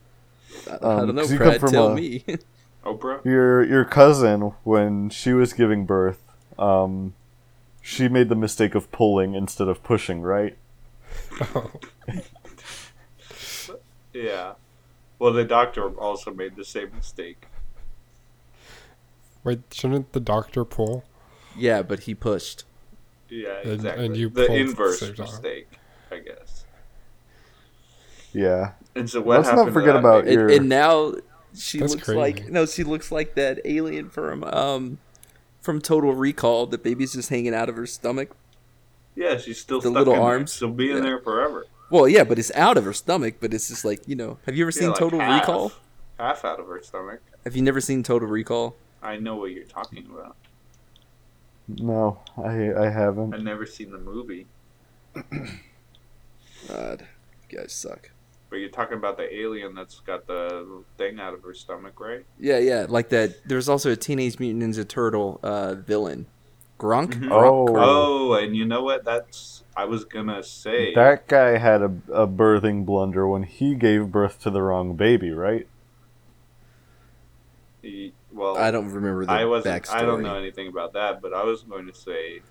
I, I
Um,
don't know,
'cause you come
Brad.
from
Tell
a-
me.
Oprah.
Your your cousin when she was giving birth. Um, she made the mistake of pulling instead of pushing, right?
Oh.
Yeah. Well, the doctor also made the same mistake.
wait, shouldn't the doctor pull?
yeah, but he pushed.
Yeah,
And-
exactly.
and you
the
pulled at the
inverse
same time.
mistake, I guess.
Yeah.
And so what
Let's not
happened? to
forget
that
about
baby?
And,
You're-
and now she
That's
looks
crazy.
like no, she looks like that alien from um from Total Recall. The baby's just hanging out of her stomach.
yeah, she's still
the
stuck
little
in there.
arms.
She'll be in
Yeah.
there forever.
Well, yeah, but it's out of her stomach. But it's just like you know. Have you ever
Yeah,
seen
like
Total
half-
Recall?
Half out of her stomach.
Have you never seen Total Recall?
I know what you're talking about.
No, I I haven't.
I've never seen the movie,
God, you guys suck.
but you're talking about the alien that's got the thing out of her stomach, right?
Yeah, yeah, like that. There's also a Teenage Mutant Ninja Turtle uh, villain, Gronk.
Mhm.
Gronk-
Oh.
Gronk.
Oh, and you know what? That's I was gonna say.
That guy had a, a birthing blunder when he gave birth to the wrong baby, right?
He- well,
I don't remember the
I wasn't.
backstory.
I don't know anything about that, but I was going to say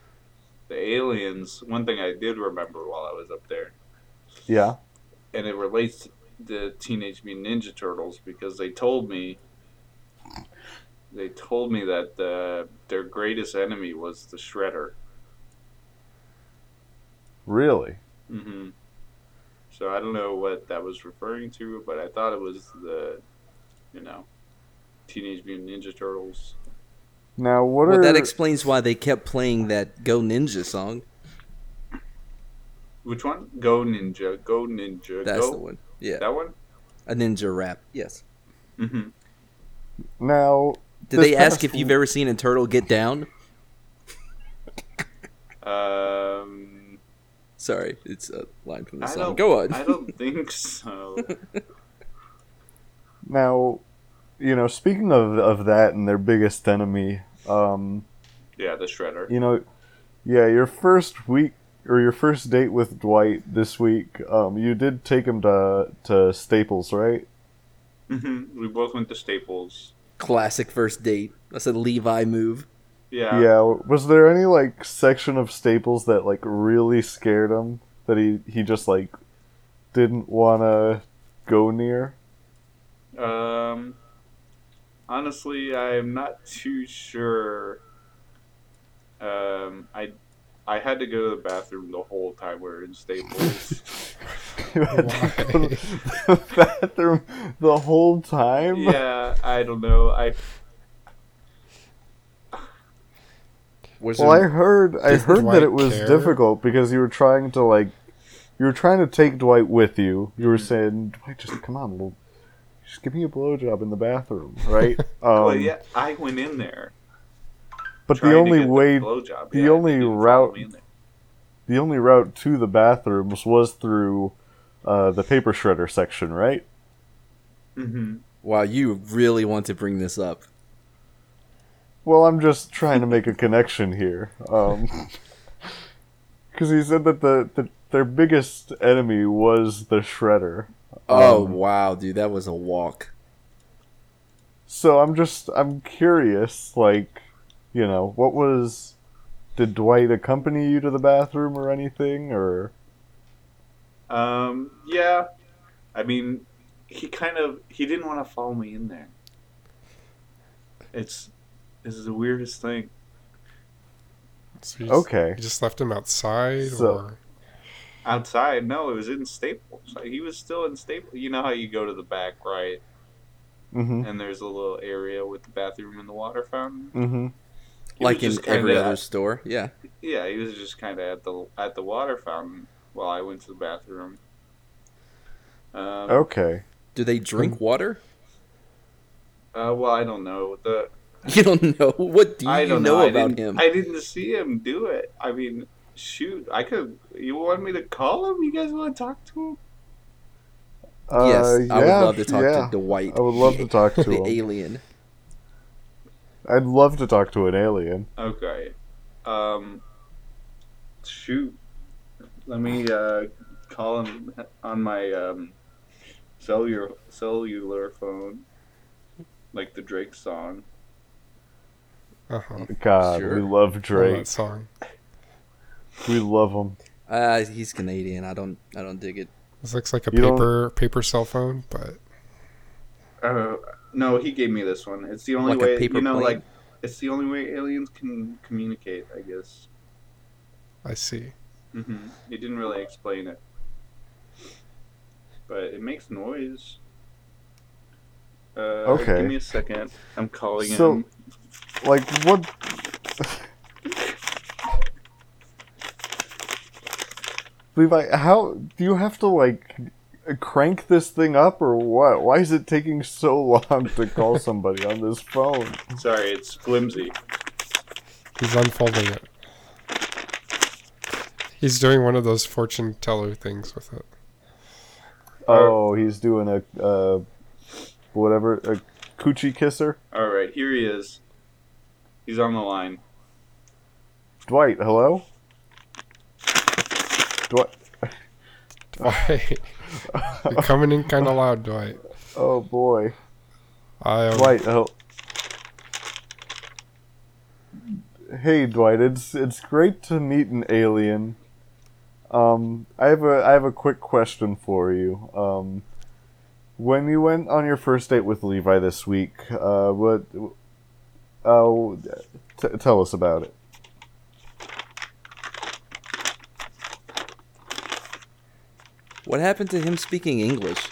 the aliens. One thing I did remember while I was up there,
Yeah.
and it relates to the Teenage Mutant Ninja Turtles because they told me they told me that the, their greatest enemy was the Shredder.
Really?
Mm-hmm.
hmm So I don't know what that was referring to, but I thought it was the, you know, Teenage Mutant Ninja Turtles.
Now, what
Well,
are
that explains why they kept playing that Go Ninja song.
Which one? Go Ninja. Go Ninja.
That's
go.
the one. Yeah,
That one.
a ninja rap. Yes.
Mm-hmm.
now?
Did
This
they ask
past
if you've
w-
ever seen a turtle get down?
Um,
Sorry, it's a line from the
I
song.
don't,
Go on.
I don't think so.
Now, you know, speaking of of that and their biggest enemy, um,
yeah, the shredder.
you know, yeah, your first week or your first date with Dwight this week, um, you did take him to to Staples, right?
Mhm. we both went to Staples.
Classic first date. That's a Levi move.
Yeah.
yeah. Was there any like section of Staples that like really scared him that he he just like didn't want to go near?
Um, honestly, I am not too sure. Um, I I had to go to the bathroom the whole time we were in Staples.
You had to go to the bathroom the whole time.
yeah, I don't know. I
Was
Well, I
there-
heard I
Does
heard
Dwight
that it was
care?
difficult because you were trying to like you were trying to take Dwight with you. You were
Mm-hmm.
saying, Dwight, just come on, well, just give me a blowjob in the bathroom, right? Um,
well, yeah, I went in there.
But the
trying to
only
get
way
the, blowjob.
the
Yeah, they
only
didn't follow
route-
me in there.
the only route to the bathrooms was through uh, the paper shredder section, right?
Mhm.
wow, you really want to bring this up.
Well, I'm just trying to make a connection here. Um, because he said that the, the their biggest enemy was the shredder.
Oh
Um,
wow, dude, that was a walk.
So I'm just I'm curious, like, you know, what was did Dwight accompany you to the bathroom or anything or
Um, yeah. I mean, he kind of he didn't want to follow me in there. It's this is the weirdest thing.
So you just-
Okay.
You just left him outside,
So-
or
Outside, no, it was in Staples. Like, He was still in Staples. You know how you go to the back right,
Mhm.
Mm-hmm.
and there's a little area with the bathroom and the water fountain.
Mhm.
He was
Like in
just kinda
every
at-
other store. Yeah.
Yeah, he was just kind of at the at the water fountain while I went to the bathroom.
Oh.
Um,
Okay.
Do they
Hmm?
drink water?
uh, well, I don't know the
You don't know. What do you
I don't
know,
I
about
didn't-
him?
I didn't see him do it. I mean, shoot, I could. You want me to call him? You guys want to talk to him?
Uh,
yes, I would
yeah,
love to talk
yeah.
to Dwight.
I would love to talk to
the
him.
alien.
I'd love to talk to an alien.
Okay. Um. Shoot. Let me uh, call him on my um, cellular cellular phone, like the Drake song.
uh huh.
God,
Sure.
we love
That
Drake.
song.
We love him.
Uh, he's Canadian. I don't. I don't dig it.
This looks like a
You don't-
paper paper cell phone, but
Oh.
Uh, no, he gave me this one. It's the only
Like a
way
paper
you know,
plane?
like it's the only way aliens can communicate. I guess.
I see.
Mm-hmm. He didn't really explain it, but it makes noise. Uh,
Okay.
Give me a second. I'm calling
So-
him.
Like what Levi, how do you have to like crank this thing up or what? Why is it taking so long to call somebody on this phone?
Sorry, it's flimsy.
He's unfolding it. He's doing one of those fortune teller things with it.
Oh, he's doing a uh, whatever a coochie kisser.
All right, here he is. He's on the line.
Dwight, hello. Dwight.
Dwight, you're coming in kind of loud, Dwight.
Oh boy,
I um,
Dwight. oh. hel- Hey Dwight, it's it's great to meet an alien. Um, I have a I have a quick question for you. Um, when you went on your first date with Levi this week, uh, what? Uh, t- tell us about it.
What happened to him speaking English?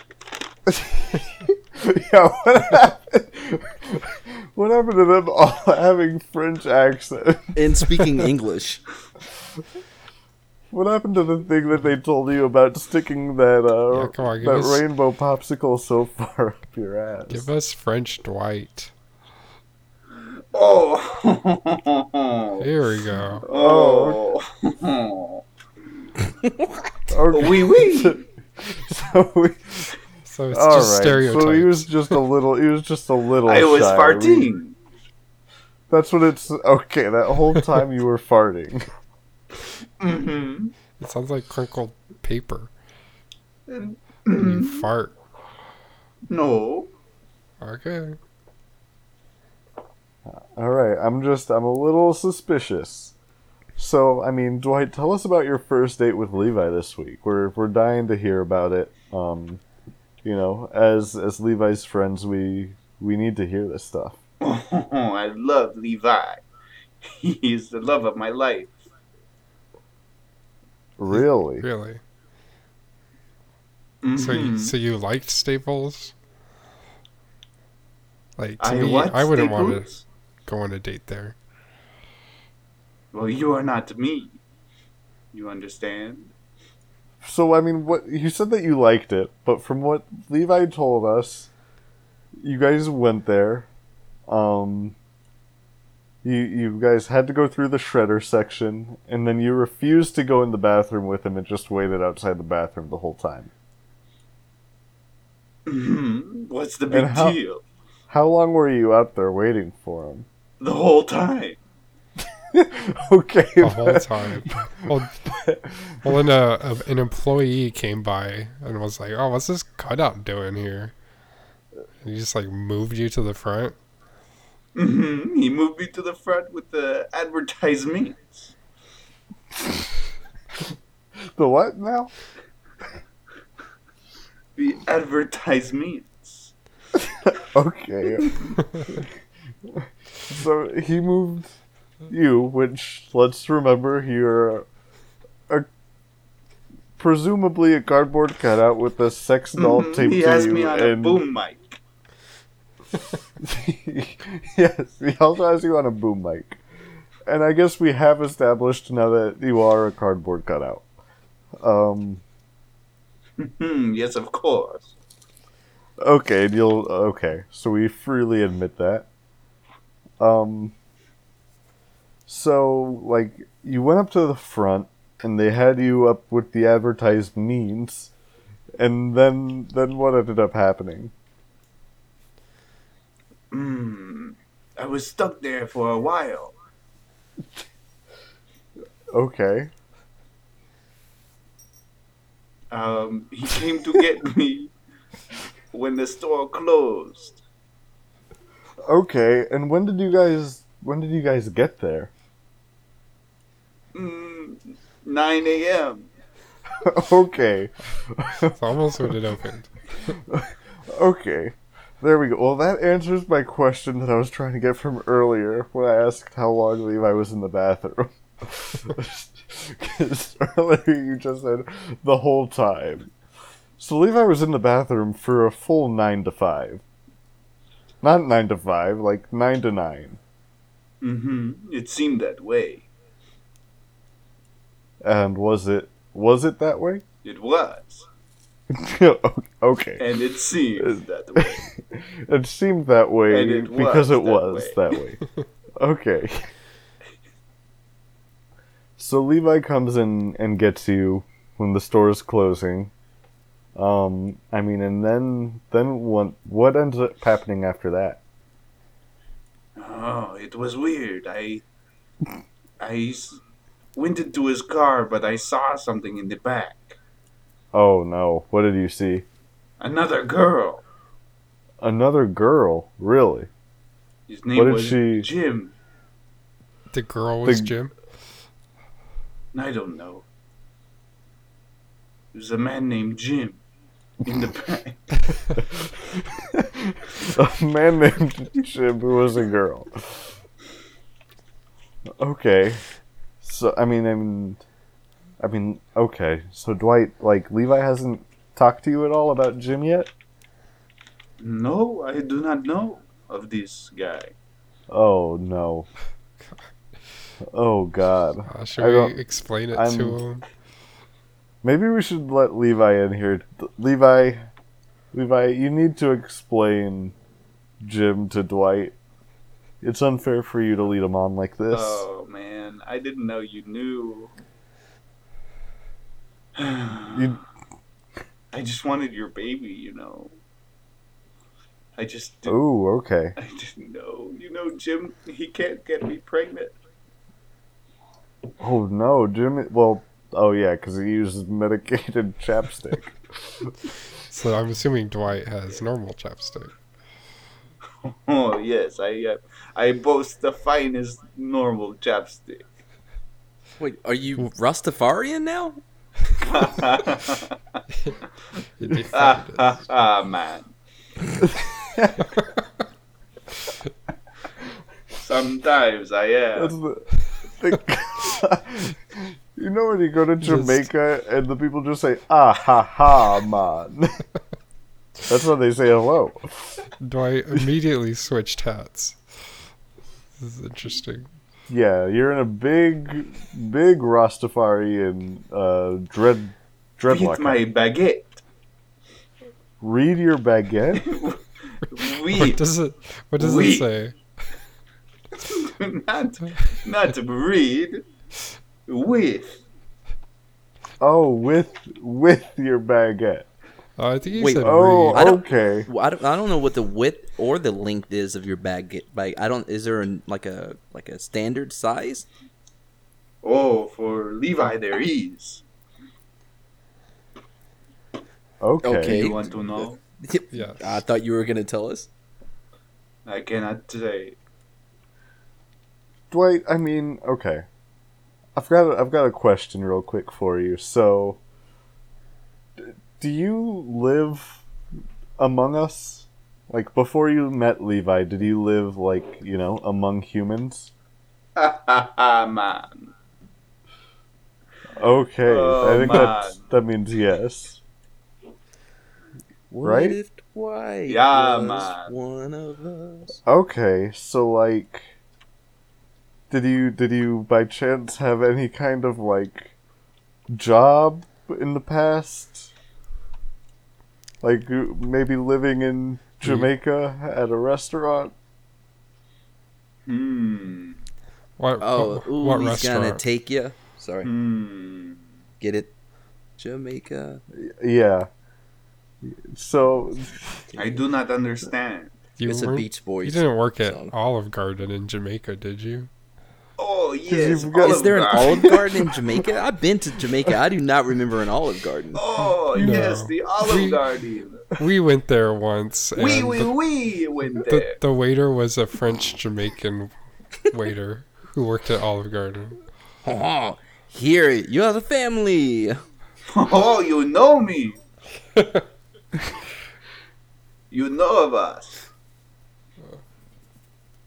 yeah, what happened? what happened to them all having French accents?
And speaking English.
What happened to the thing that they told you about sticking that uh,
Yeah, come on, give
that
us-
rainbow popsicle so far up your ass?
give us French Dwight.
Oh.
Here we go.
oh.
Okay.
Wee wee.
so we,
So it's
all
just
right.
stereotypes.
So he was just a little. He was just a little.
I was
shy. We-
farting.
that's what it's. Okay, that whole time you were farting.
Mm-hmm.
It sounds like crinkled paper. You
Mhm.
fart.
No.
Okay.
All right, I'm just. I'm a little suspicious. So I mean, Dwight, tell us about your first date with Levi this week. We're we're dying to hear about it. Um, you know, as as Levi's friends, we we need to hear this stuff.
I love Levi. He's the love of my life.
Really?
Really? So you,
Mhm.
so you liked Staples? Like to
I
me,
what?
I wouldn't want to
Staples?
go on a date there.
Well, you are not me. You understand?
So I mean, what you said that you liked it, but from what Levi told us, you guys went there. Um, you you guys had to go through the shredder section, and then you refused to go in the bathroom with him and just waited outside the bathroom the whole time.
Mhm. What's the big
And how-
deal?
How long were you out there waiting for him?
the whole time.
okay.
the whole time. Well,
but-
well then a, a, an employee came by and was like, "Oh, what's this cutout doing here?" And he just like moved you to the front.
hmm He moved me to the front with the advertisements.
the what now?
The advertisements.
Okay. so he moved you, which let's remember you're a presumably a cardboard cutout with a sex doll
Mhm.
taped
He
to
has
you.
me on
and
a boom mic.
yes, he also has you on a boom mic. And I guess we have established now that you are a cardboard cutout. Um,
Mhm, yes, of course.
okay, and you'll okay. So we freely admit that. Um, so like you went up to the front, and they had you up with the advertised means, and then then what ended up happening?
Mm, I was stuck there for a while.
Okay,
Um, he came to get me when the store closed.
okay. And when did you guys when did you guys get there?
Mm, 9 a.m.
okay.
It's almost when it opened.
Okay. There we go. Well, that answers my question that I was trying to get from earlier when I asked how long Levi was in the bathroom. Because earlier you just said the whole time. So Levi was in the bathroom for a full 9 to 5. Not 9 to 5, like 9 to 9.
hmm It seemed that way.
And was it was it that way?
It was.
okay.
And it seemed that way.
It seemed that way
And it
because
was
it
that
was
way.
that way. okay. So Levi comes in and gets you when the store is closing. Um, I mean, and then then what? What ends up happening after that?
Oh, it was weird. I, I s- went into his car, but I saw something in the back.
Oh no! What did you see?
Another girl.
Another girl? Really?
His name
What did
was
she-
Jim.
The girl was
The-
Jim.
I don't know. There's a man named Jim in the back.
a man named Jim who was a girl. Okay. So I mean I mean I mean okay. So Dwight like Levi hasn't talked to you at all about Jim yet?
No, I do not know of this guy.
Oh no. Oh god.
Uh,
I
should
don't-
we explain it
I'm-
to him?
Maybe we should let Levi in here. Th- Levi Levi, you need to explain Jim to Dwight. It's unfair for you to lead him on like this.
Oh man, I didn't know you knew.
You-
I just wanted your baby, you know. I just did,
Ooh, okay.
I didn't know. You know, Jim, he can't get me pregnant.
Oh no, Jimmy. Well, oh yeah, because he uses medicated chapstick.
So I'm assuming Dwight has normal chapstick.
Oh yes, I uh, I boast the finest normal chapstick.
Wait, are you Rastafarian now?
You'd be fine.
ah, ah, ah, man. Sometimes I uh,
That's
am.
the. the you know when you go to Jamaica and the people just say "ah ha ha man." That's how they say hello.
Dwight immediately switched hats. This is interesting.
Yeah, you're in a big, big Rastafarian uh, dread dreadlock.
Eat my baguette.
Read your baguette.
We
What does it? What does
We-
it say?
not not read with
Oh, with with your baguette.
Oh, I think you
Wait,
said
Oh,
read.
I don't-
okay.
Well, I don't, I don't know what the width or the length is of your bag. Like I don't. Is there an, like a like a standard size?
Oh, for Levi there is.
Okay.
Okay.
You want to know?
Yes.
I thought you were gonna tell us.
I cannot say.
Dwight, I mean, okay. I've got a, I've got a question real quick for you. So, d- do you live among us? Like before you met Levi, did you live like you know among humans?
Ha ha ha, man.
Okay,
Oh,
I think
man.
that that means yes.
What
Right?
if Dwight
Yeah,
was
man.
one of us?
Okay, so like, did you did you by chance have any kind of like job in the past? Like you- maybe living in Jamaica at a restaurant.
Hmm.
What,
Oh,
what,
ooh,
what
he's gonna
restaurant?
take you. Sorry,
Hmm.
get it, Jamaica.
Yeah. So
I do not understand.
you,
it's a
weren't-
Beach
you
Boys.
didn't work at
song.
Olive Garden in Jamaica, did you?
Oh, yes.
you've got-
Is there an
Olive
Olive
Garden.
Garden in Jamaica? I've been to Jamaica. I do not remember an Olive Garden.
Oh,
No.
yes, the Olive
We-
Garden.
We went there once.
We,
and
we,
the,
we went
the,
there.
the waiter was a French Jamaican waiter who worked at Olive Garden.
Oh, here you are the family.
Oh, you know me. you know of us.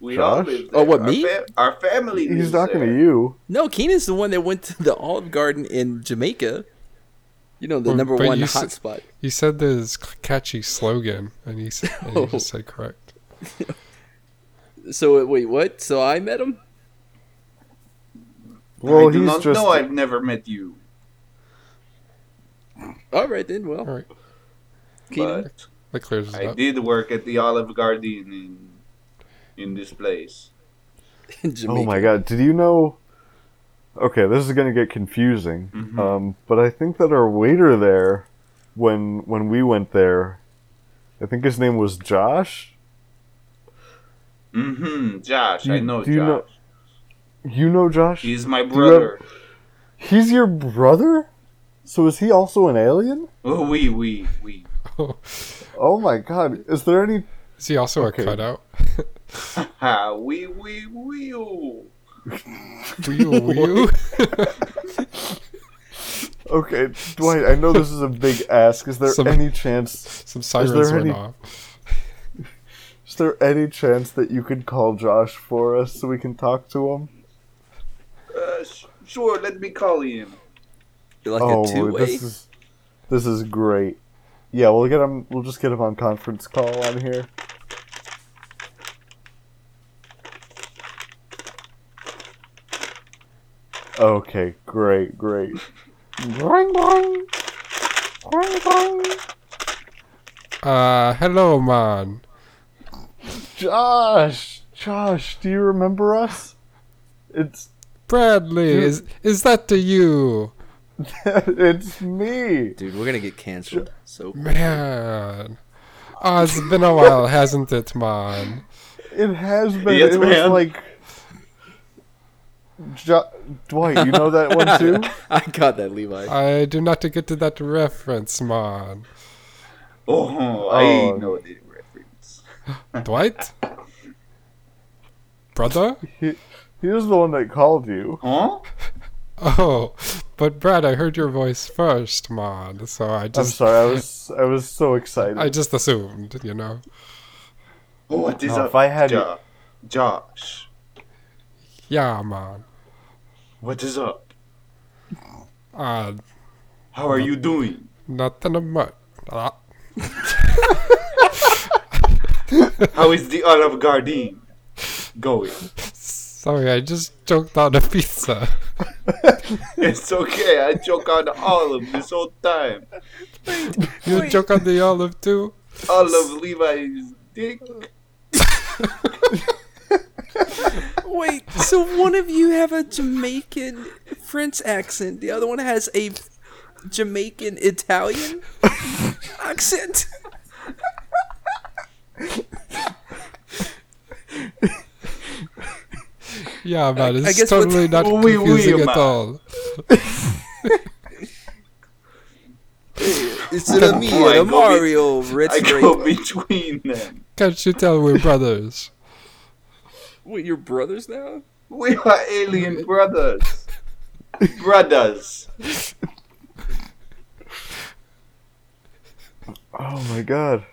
We all
Josh?
live there.
Oh, what,
our
me?
our family.
he's
lives
talking
there.
to you.
No, Keenan's the one that went to the Olive Garden in Jamaica. You know, the
Well,
number
but
one
you s-
hot spot.
You said this catchy slogan, and he, s- and he just said correct.
So wait, what? So I met him?
Well,
I do
he's
not
just
know. I've never met you.
All right then. Well,
All right.
Keenan,
But
That clears it
I
up.
did work at the Olive Garden in in this place.
in Jamaica.
Oh my god, did you know? Okay, this is gonna get confusing.
Mhm.
Um, but I think that our waiter there, when when we went there, I think his name was Josh.
Mm-hmm. Josh,
Do you-
I know
do you
Josh.
know- You know Josh?
He's my
you have-
brother.
He's your brother? So is he also an alien?
Oh, we, we, we.
Oh my god, is there any
Is he also
Okay.
a cutout?
Ha, we, we, we. oh.
Wheel, wheel.
Okay, Dwight, I know this is a big ask. Is there
Some-
any chance
Some sirens
there
went
any-
off.
is there any chance that you could call Josh for us so we can talk to him?
Uh, sh- sure, let me call him.
Like
oh,
a two way.
this is this is great. Yeah, we'll get him we'll just get him on conference call on here. Okay, great, great. Boing, boing. Boing, boing.
Uh, hello, man.
Josh, Josh, do you remember us? It's
Bradley,
Dude.
is is that to you?
it's me.
Dude, we're gonna get canceled. So
Man. Oh, it's been a while, hasn't it, man?
It has been.
Yes,
it was
man.
like jo- Dwight. You know that one too.
I got that, Levi.
I do not get to that reference, man.
Oh,
Oh.
I know the reference.
Dwight? Brother?
He was the one that called you.
Huh?
Oh, but Brad, I heard your voice first, man. So I
I'm
just,
sorry. I was I was so excited.
I just assumed, you know.
Oh, What is
No,
up,
if I had-
Jo- Josh?
Yeah, man.
What is up?
Uh,
How are you doing?
nothing much. Uh,
How is the Olive Garden going?
sorry, I just choked on a pizza.
It's okay. I choke on olive this whole time.
You choke on the olive too?
Olive Levi's dick.
Wait, so one of you have a Jamaican French accent, the other one has a Jamaican Italian accent.
Yeah, man,
I
it's
guess what's-
totally not
Oui, oui,
confusing at
man.
all.
It's a me,
boy,
a
go be-
Mario, Red
I
String.
go between them.
Can't you tell we're brothers?
Wait, your brothers now?
We are alien brothers. brothers.
Oh my god.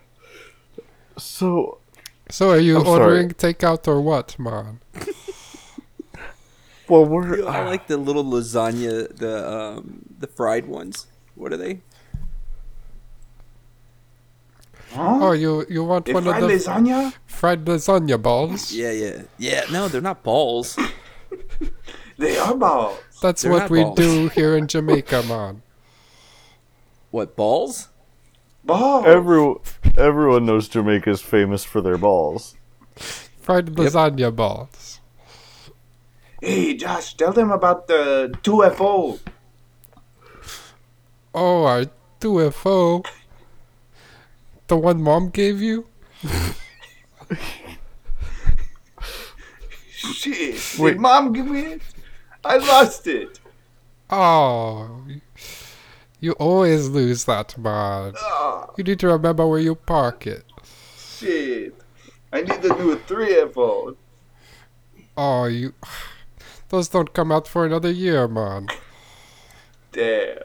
So
So are you
I'm sorry.
ordering takeout or what, man?
well we're
I like the little lasagna, the um, the fried ones. What are they?
Huh?
Oh, you you want
They
one
fried
of the
lasagna?
fried lasagna balls?
Yeah, yeah, yeah. No, they're not balls.
They are balls.
That's
They're
what
not
we
balls.
do here in Jamaica, man.
What balls?
Balls.
every, everyone knows Jamaica's famous for their balls.
Fried lasagna balls.
hey, Josh, tell them about the 2FO.
Oh, our 2FO. The one mom gave you?
Shit.
Wait.
Did mom give me it? I lost it.
Oh, you always lose that, man.
Oh,
You need to remember where you park it.
shit. I need the new 3FO.
Oh, you. Those don't come out for another year, man.
Damn.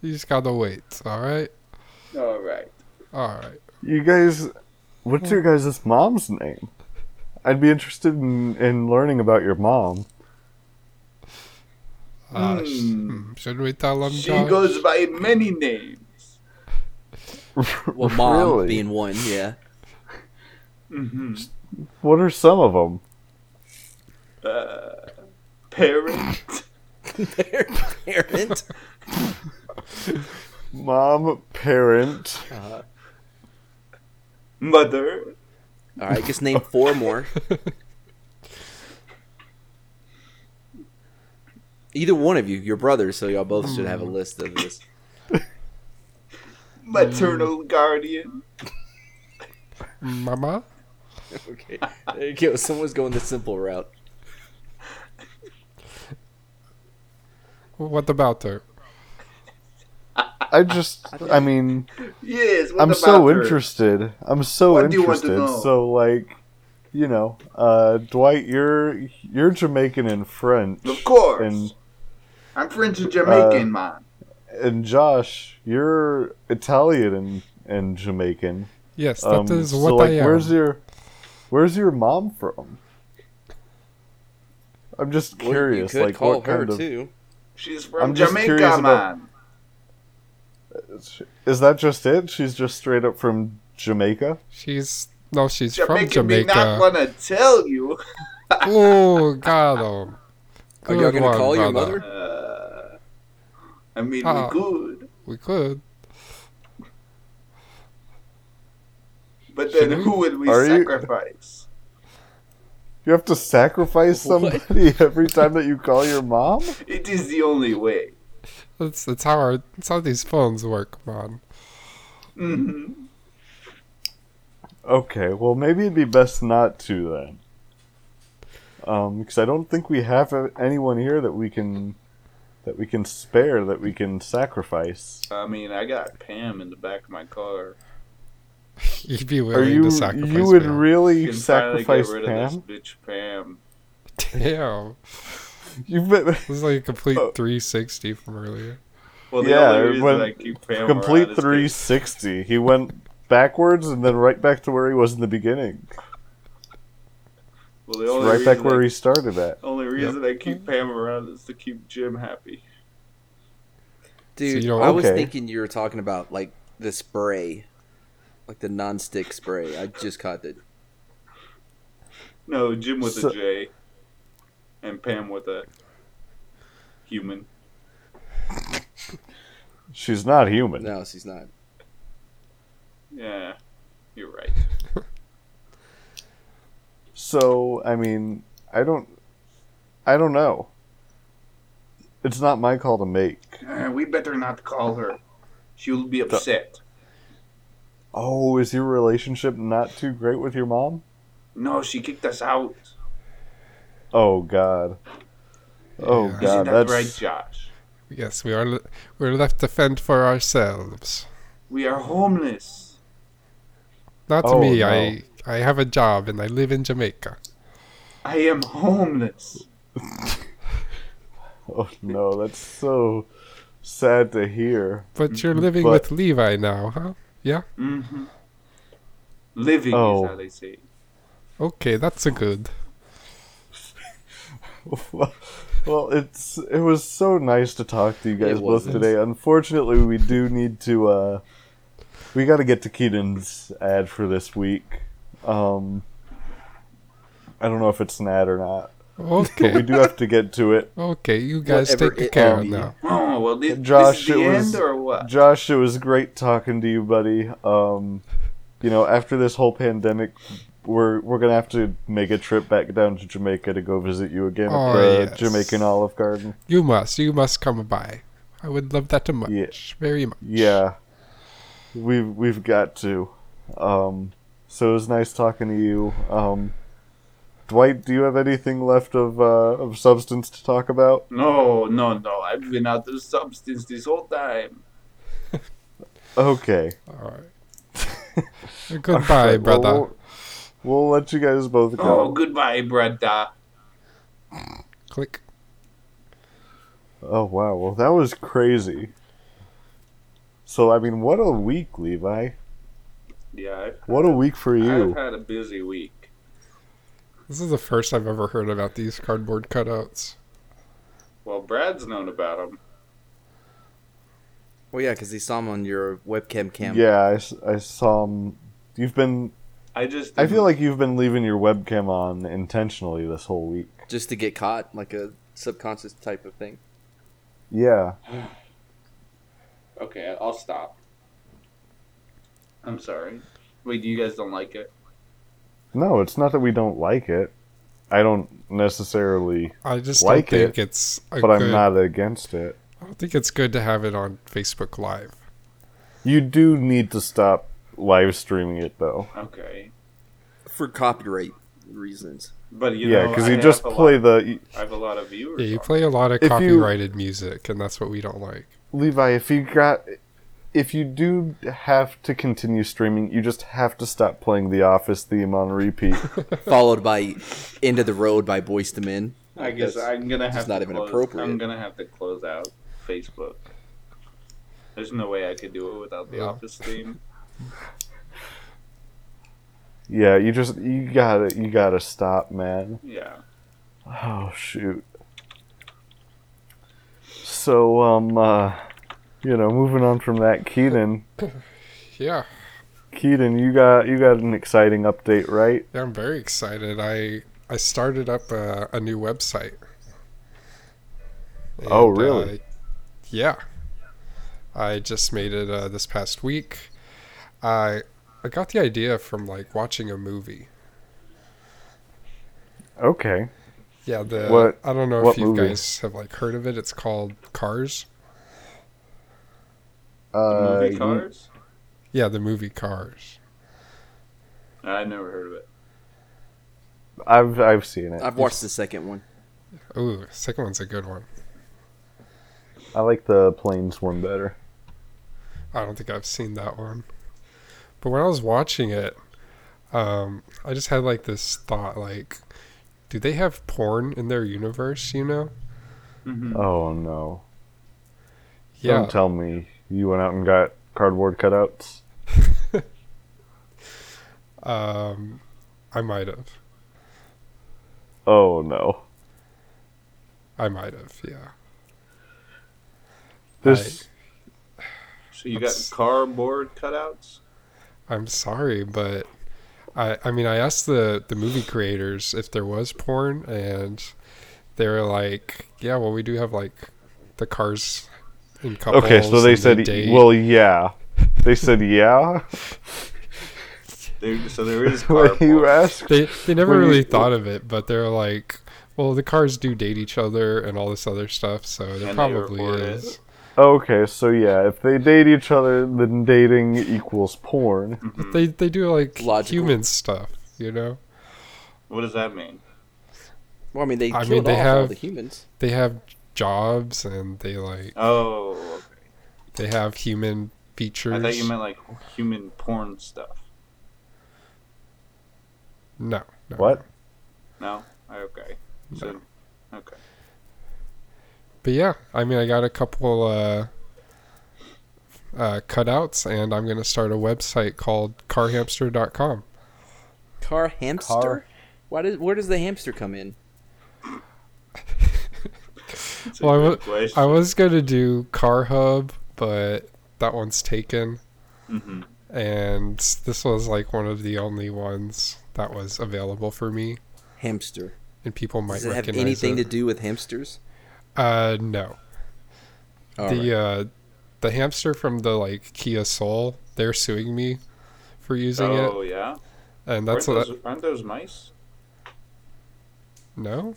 You just gotta wait, alright?
All right.
Alright.
You guys, what's your guys' mom's name? I'd be interested in, in learning about your mom.
Uh, sh- hmm, should we tell them,
She
Josh?
goes by many names.
Well, mom
Really?
being one. Yeah.
What are some of them?
Uh, Parent,
Parent.
Mom, parent.
mother,
All right, just name four more. Either one of you, your brothers, so y'all both should have a list of this.
Mm.
maternal guardian.
Mama?
Okay. There you go. Someone's going the simple route.
What about her?
I just, I mean,
Yes, what
I'm
about
so
her?
interested. I'm so
What do you want to
interested.
know?
So like, you know, uh, Dwight, you're you're Jamaican and French,
Of course.
and
I'm French and Jamaican,
uh,
man.
and Josh, you're Italian and and Jamaican.
Yes, that
Um,
is
so
what
like,
I am.
where's your where's your mom from? I'm just curious, like what kind of
too.
She's from
I'm just curious
Jamaica,
about-
man.
is that just it? She's just straight up from Jamaica.
She's. No, she's from
Jamaican me not
Jamaica.
wanna tell you.
Oh, got him.
Are y'all gonna call your
brother.
mother?
Uh, I mean,
Ah.
we could,
We could.
but then
Should we?
who would we
Are you-
sacrifice?
You have to sacrifice
What?
somebody every time that you call your mom.
It is the only way.
That's, that's, how our, that's how these phones work, man.
hmm
Mm-hmm.
Okay, well, maybe it'd be best not to then. Um, because I don't think we have uh, anyone here that we can that we can spare that we can sacrifice.
I mean, I got Pam in the back of my car.
You'd be
Are
willing
you
to sacrifice
you would
me.
You
really
can finally get
sacrifice
rid
Pam?
of this bitch, Pam.
Damn.
You've been
This is like a complete
Oh.
360 from earlier.
Well, the
Yeah,
only reason
when-
I keep Pam around
complete
is 'cause
360. He went backwards and then right back to where he was in the beginning.
Well, the only
Right back
reason
where
I,
he started at.
Only reason I keep Pam around is to keep Jim happy.
Dude,
you don't-
I was
Okay.
thinking you were talking about like the spray, like the non-stick spray. I just caught that.
No, Jim with
So-
a J, and Pam with a human.
She's not human.
No, she's not.
Yeah, you're right.
So I mean, I don't, I don't know. It's not my call to make.
"Eh, we better not call her. She'll be upset.
Oh, is your relationship not too great with your mom?
No, she kicked us out.
Oh God. Oh
Yeah.
Isn't
God,
that
that's
right, Josh?
Yes, we are. le- We're left to fend for ourselves.
We are homeless.
Not to
Oh,
me.
no.
I I have a job and I live in Jamaica.
I am homeless.
Oh no, that's so sad to hear.
But you're living
Mm,
with
But-
Levi now, huh?
hmm Living
Oh.
is how they say. it.
Okay, that's a good.
well, it's it was so nice to talk to you guys
It
both
wasn't.
today. Unfortunately, we do need to uh we got to get to Keaton's ad for this week. Um I don't know if it's an ad or not. But we
Okay,
do have to get to it.
okay, you guys
Whatever
take
it
care
be.
now.
Oh well, this,
Josh,
this is the
it was-
end or what?
Josh, it was great talking to you, buddy. Um, you know, after this whole pandemic, we're we're gonna have to make a trip back down to Jamaica to go visit you again
Oh,
at the
yes.
Jamaican Olive Garden.
You must, you must come by. I would love that much,
Yeah.
very much.
Yeah, we've we've got to. Um, so it was nice talking to you, um, Dwight. Do you have anything left of uh, of substance to talk about?
No, no, no. I've been out of substance this whole time.
Okay.
All right. Goodbye,
Alright, well,
brother.
we'll, we'll let you guys both go.
Oh, goodbye, brother.
Click.
Oh wow, well that was crazy. So I mean, what a week, Levi.
Yeah, I've,
What a week for
I've
you.
had a busy week.
This is the first I've ever heard about these cardboard cutouts.
Well, Brad's known about him.
Well, yeah, because they saw him on your webcam cam.
Yeah, I, s- I saw. him- You've been.
I just
I feel like you've been leaving your webcam on intentionally this whole week.
Just to get caught, like a subconscious type of thing.
Yeah.
okay. I'll stop. I'm sorry. Wait, you guys don't like it?
No, it's not that we don't like it. I don't necessarily,
I just
Like
don't think
it,
it's. A
but
good,
I'm not against it.
I don't think it's good to have it on Facebook Live.
You do need to stop live streaming it though.
Okay,
For copyright reasons.
but you
yeah,
know,
because
I
you
have
just
a lot-
play the
I have a lot of viewers.
Yeah, you
on-
play a lot of
If you-
copyrighted music, and that's what we don't like.
Levi, if you got if you do have to continue streaming, you just have to stop playing the office theme on repeat.
Followed by End of the Road by Boyz II Men.
I guess
That's
I'm gonna have
just
to
not even
close,
appropriate.
I'm gonna have to close out Facebook. There's no way I could do it without the
Yeah.
office theme.
yeah, you just you gotta you gotta stop, man.
Yeah.
Oh shoot. So um uh you know, moving on from that, Keaton.
Yeah,
Keaton, you got you got an exciting update, right?
yeah I'm very excited. I I started up a, a new website.
Oh,
And,
really?
uh, yeah, I just made it uh, this past week. I I got the idea from like watching a movie.
Okay.
Yeah, the
What-
I don't know if
what
you
movie?
guys have like heard of it. It's called Cars.
Uh,
Movie
you-
cars?
Yeah, the movie Cars.
I never heard of it.
I've I've seen it.
I've watched the second one.
Ooh, second one's a good one.
I like the planes one better.
I don't think I've seen that one. But when I was watching it, um, I just had like this thought like, do they have porn in their universe, you know?
Mhm.
Oh no.
Yeah.
Don't tell me you went out and got cardboard cutouts.
Um I might have.
Oh no.
I might have, yeah.
This
So you
That's-
got cardboard cutouts?
I'm sorry, but I I mean I asked the the movie creators if there was porn and they were like, Yeah, well we do have like the cars in couples.
Okay, so they
and
said
date."
well yeah. They said yeah.
There, so there is
when
cardboard.
you asked
they they never
When you-
really thought of it, but they're like, Well, the cars do date each other and all this other stuff, so there
And they
probably
report it.
is.
Okay, so yeah, if they date each other, then dating equals porn.
Mm-hmm.
But they they do like
Logical.
human stuff, you know.
What does that mean?
Well, I mean, they
I
killed
mean, they
off all
have-
the humans.
They have jobs and they like
Oh, okay.
they have human features.
I thought you meant like human porn stuff.
no, no.
What?
No. Okay. So, okay.
But yeah, I mean, I got a couple uh, uh, cutouts, and I'm gonna start a website called CarHamster.com.
Car hamster?
Car-
Why does where does the hamster come in?
That's a
Well, I
good
wa-
question.
I was gonna do Car Hub, but that one's taken,
Mm-hmm.
Mhm.
and this was like one of the only ones that was available for me,
Hamster.
and people might
Does it have
recognize
anything
it.
to do with hamsters?
uh, no,
All
the
right.
uh, the hamster from the like Kia Soul, they're suing me for using
Oh
it,
yeah.
and that's what
aren't, those, aren't those mice?
no.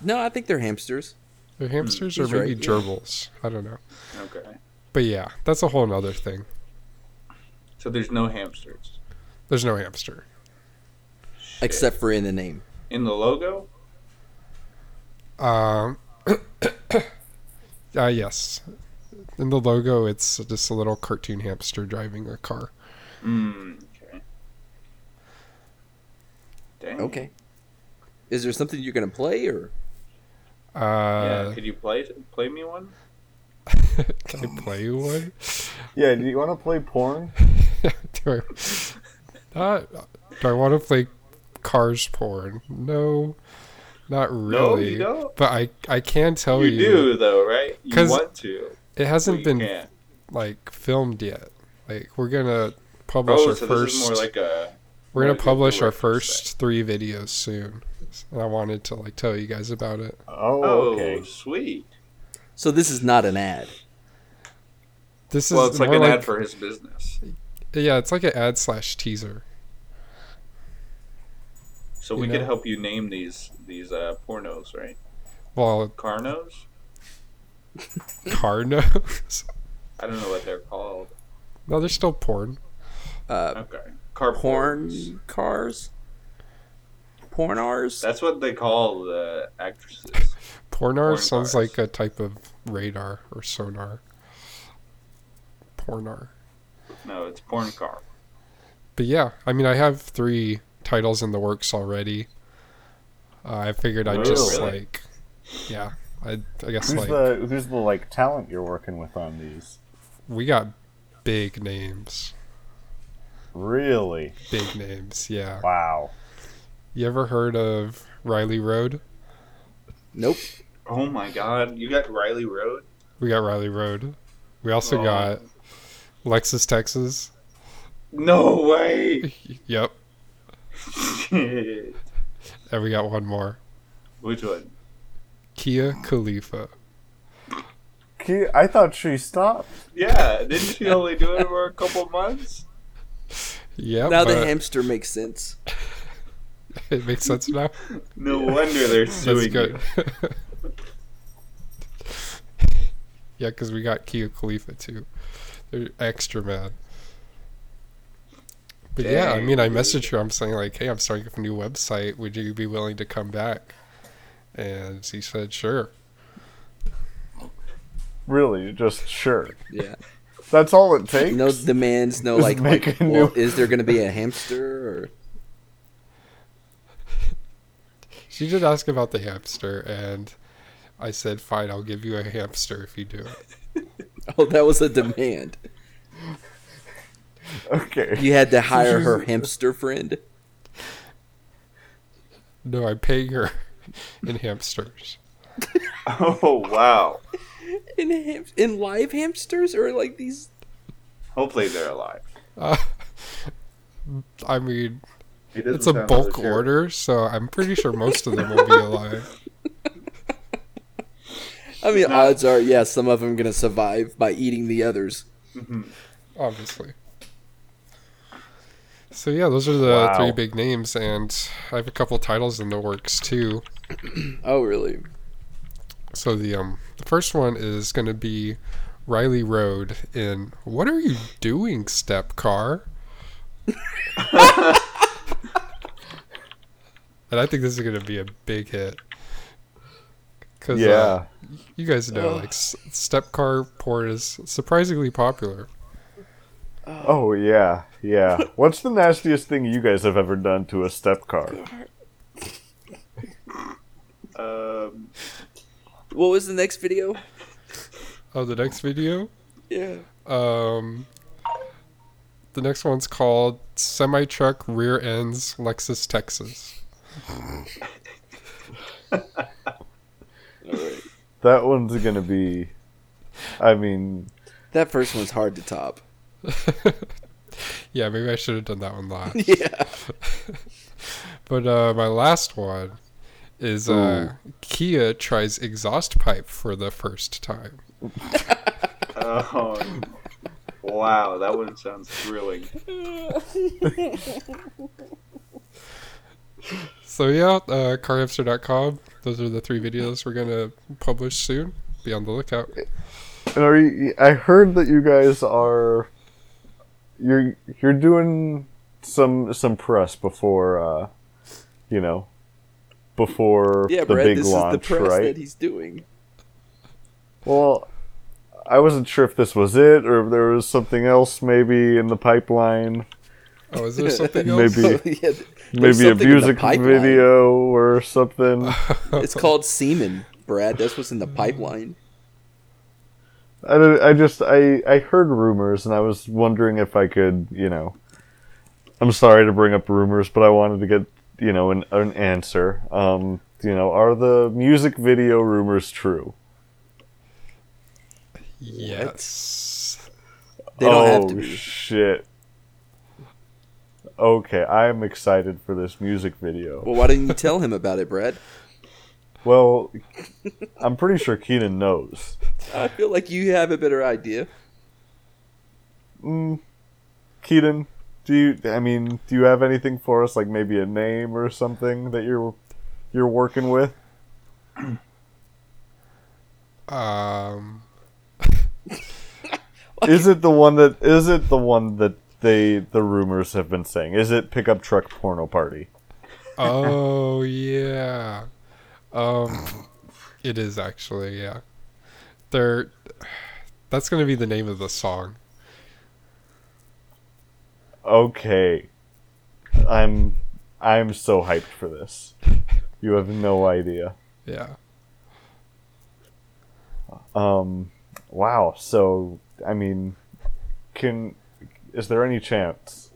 No, I think they're hamsters.
They're hamsters or
Hmm, he's right,
maybe
yeah.
gerbils. I don't know.
Okay.
But yeah, that's a whole nother thing.
So there's no hamsters
There's no hamster.
Shit.
Except for in the name.
in the logo.
Um, uh, yes. In the logo, it's just a little cartoon hamster driving a car.
Mm, okay. Dang.
Okay. Is there something you're gonna play or
Yeah.
Uh,
could you play play me one?
Can I play one?
Yeah, do you want to play porn?
do I, not, do I want to play cars porn? No, not
No,
really.
you don't.
But I, I can tell
You
you,
do though, right? You
oh, 'Cause
want to.
it
but
hasn't
you
been
can't.
like filmed yet. Like we're gonna publish
Oh,
our
so
first.
this is more like a.
We're gonna
Right,
publish
we're
our
first
first three videos soon. And I wanted to like tell you guys about it.
Oh,
Oh,
okay.
sweet.
so this is not an ad.
This
Well,
is
it's like
more
an ad for his business.
yeah, it's like an ad slash teaser.
So
You
we could
know.
help you name these these uh, pornos, right?
Well,
Carnos.
car knows.
I don't know what they're called.
no, they're still porn.
Uh
Okay. Car pornos.
porn cars? Pornars?
That's what they call the actresses.
Pornar
Porn
sounds
cars.
like a type of radar or sonar. Pornar.
No, it's porn car.
But yeah, I mean, I have three titles in the works already. Uh, I figured I'd
Oh,
just
really?
like, yeah, I, I guess
Who's
like
the who's the like talent you're working with on these?
we got big names,
Really?
big names. Yeah,
Wow.
you ever heard of Riley Road?
Nope.
Oh my God! You got Riley Road.
We got Riley Road. We also
Oh.
got Lexus Texas.
No way.
Yep,
Shit.
and we got one more
Which one?
Kia Khalifa.
Ki- I thought she stopped.
Yeah, didn't she only do it for a couple months?
Yep,
Now the
Uh,
but
hamster makes sense.
it makes sense now.
No wonder they're
That's
suing
good.
you.
yeah, because we got Kia Khalifa too. They're extra mad. But yeah, I mean, I
Dang, dude.
messaged her. I'm saying like, hey, I'm starting up a new website. Would you be willing to come back? And she said, sure.
Really? Just sure.
Yeah.
That's all it takes.
No demands, no
Just
like,
make
like,
a
well,
new-
is there gonna be a hamster or
She did ask about the hamster, and I said, fine, I'll give you a hamster if you do it.
Oh, that was a demand.
Okay.
You had to hire her hamster friend.
No, I'm paying her in hamsters.
Oh wow!
In ham- in live hamsters or like these?
Hopefully they're alive.
Uh, I mean, it's a bulk order, so I'm pretty sure most of them will be alive.
I mean,
No.
odds are, yeah, some of them gonna survive by eating the others.
obviously. So yeah, those are the
Wow.
three big names, and I have a couple titles in the works too.
Oh, really?
So the um the first one is going to be Riley Road in "What Are You Doing, Step Car?" and I think this is going to be a big hit. Cause, uh,
yeah.
you guys know like s- step car porn is surprisingly popular.
oh yeah, yeah. What's the nastiest thing you guys have ever done to a step car?
Um,
What was the next video?
Oh, the next video.
Yeah.
Um, the next one's called "Semi Truck Rear Ends Lexus Texas."
All right.
That one's gonna be. I mean,
That first one's hard to top.
yeah, maybe I should have done that one last.
Yeah.
But uh, my last one is uh, Kia tries exhaust pipe for the first time.
oh, wow, that one sounds thrilling.
So yeah, uh, carhamster.com. Those are the three videos we're gonna publish soon. Be on the lookout.
and are you, I heard that you guys are. You're you're doing some some press before, uh, you know, before
Yeah,
the
Brad,
big
this
launch,
is the press
right?
that he's doing.
Well, I wasn't sure if this was it or if there was something else maybe in the pipeline.
Oh, is there something else?
Maybe
yeah, there's
maybe a
something in the
music
pipeline.
video or something.
It's called semen, Brad. That's what's in
Mm.
the pipeline.
I, don't- I just I I heard rumors and I was wondering if I could, you know. I'm sorry to bring up rumors, but I wanted to get, you know, an an answer. Um, you know, are the music video rumors true?
Yes.
They don't have
Oh,
to be.
shit. Okay, I'm excited for this music video.
Well, why didn't you tell him about it, Brad?
Well, I'm pretty sure Keenan knows.
I feel like you have a better idea.
Mm, Keenan, do you? I mean, do you have anything for us? Like maybe a name or something that you're you're working with?
Um,
Is it the one that? Is it the one that they the rumors have been saying? Is it pickup truck porno party?
oh yeah. Um, it is actually yeah. They're. That's gonna be the name of the song.
Okay, I'm I'm so hyped for this. You have no idea.
Yeah.
Um, wow. So I mean, can is there any chance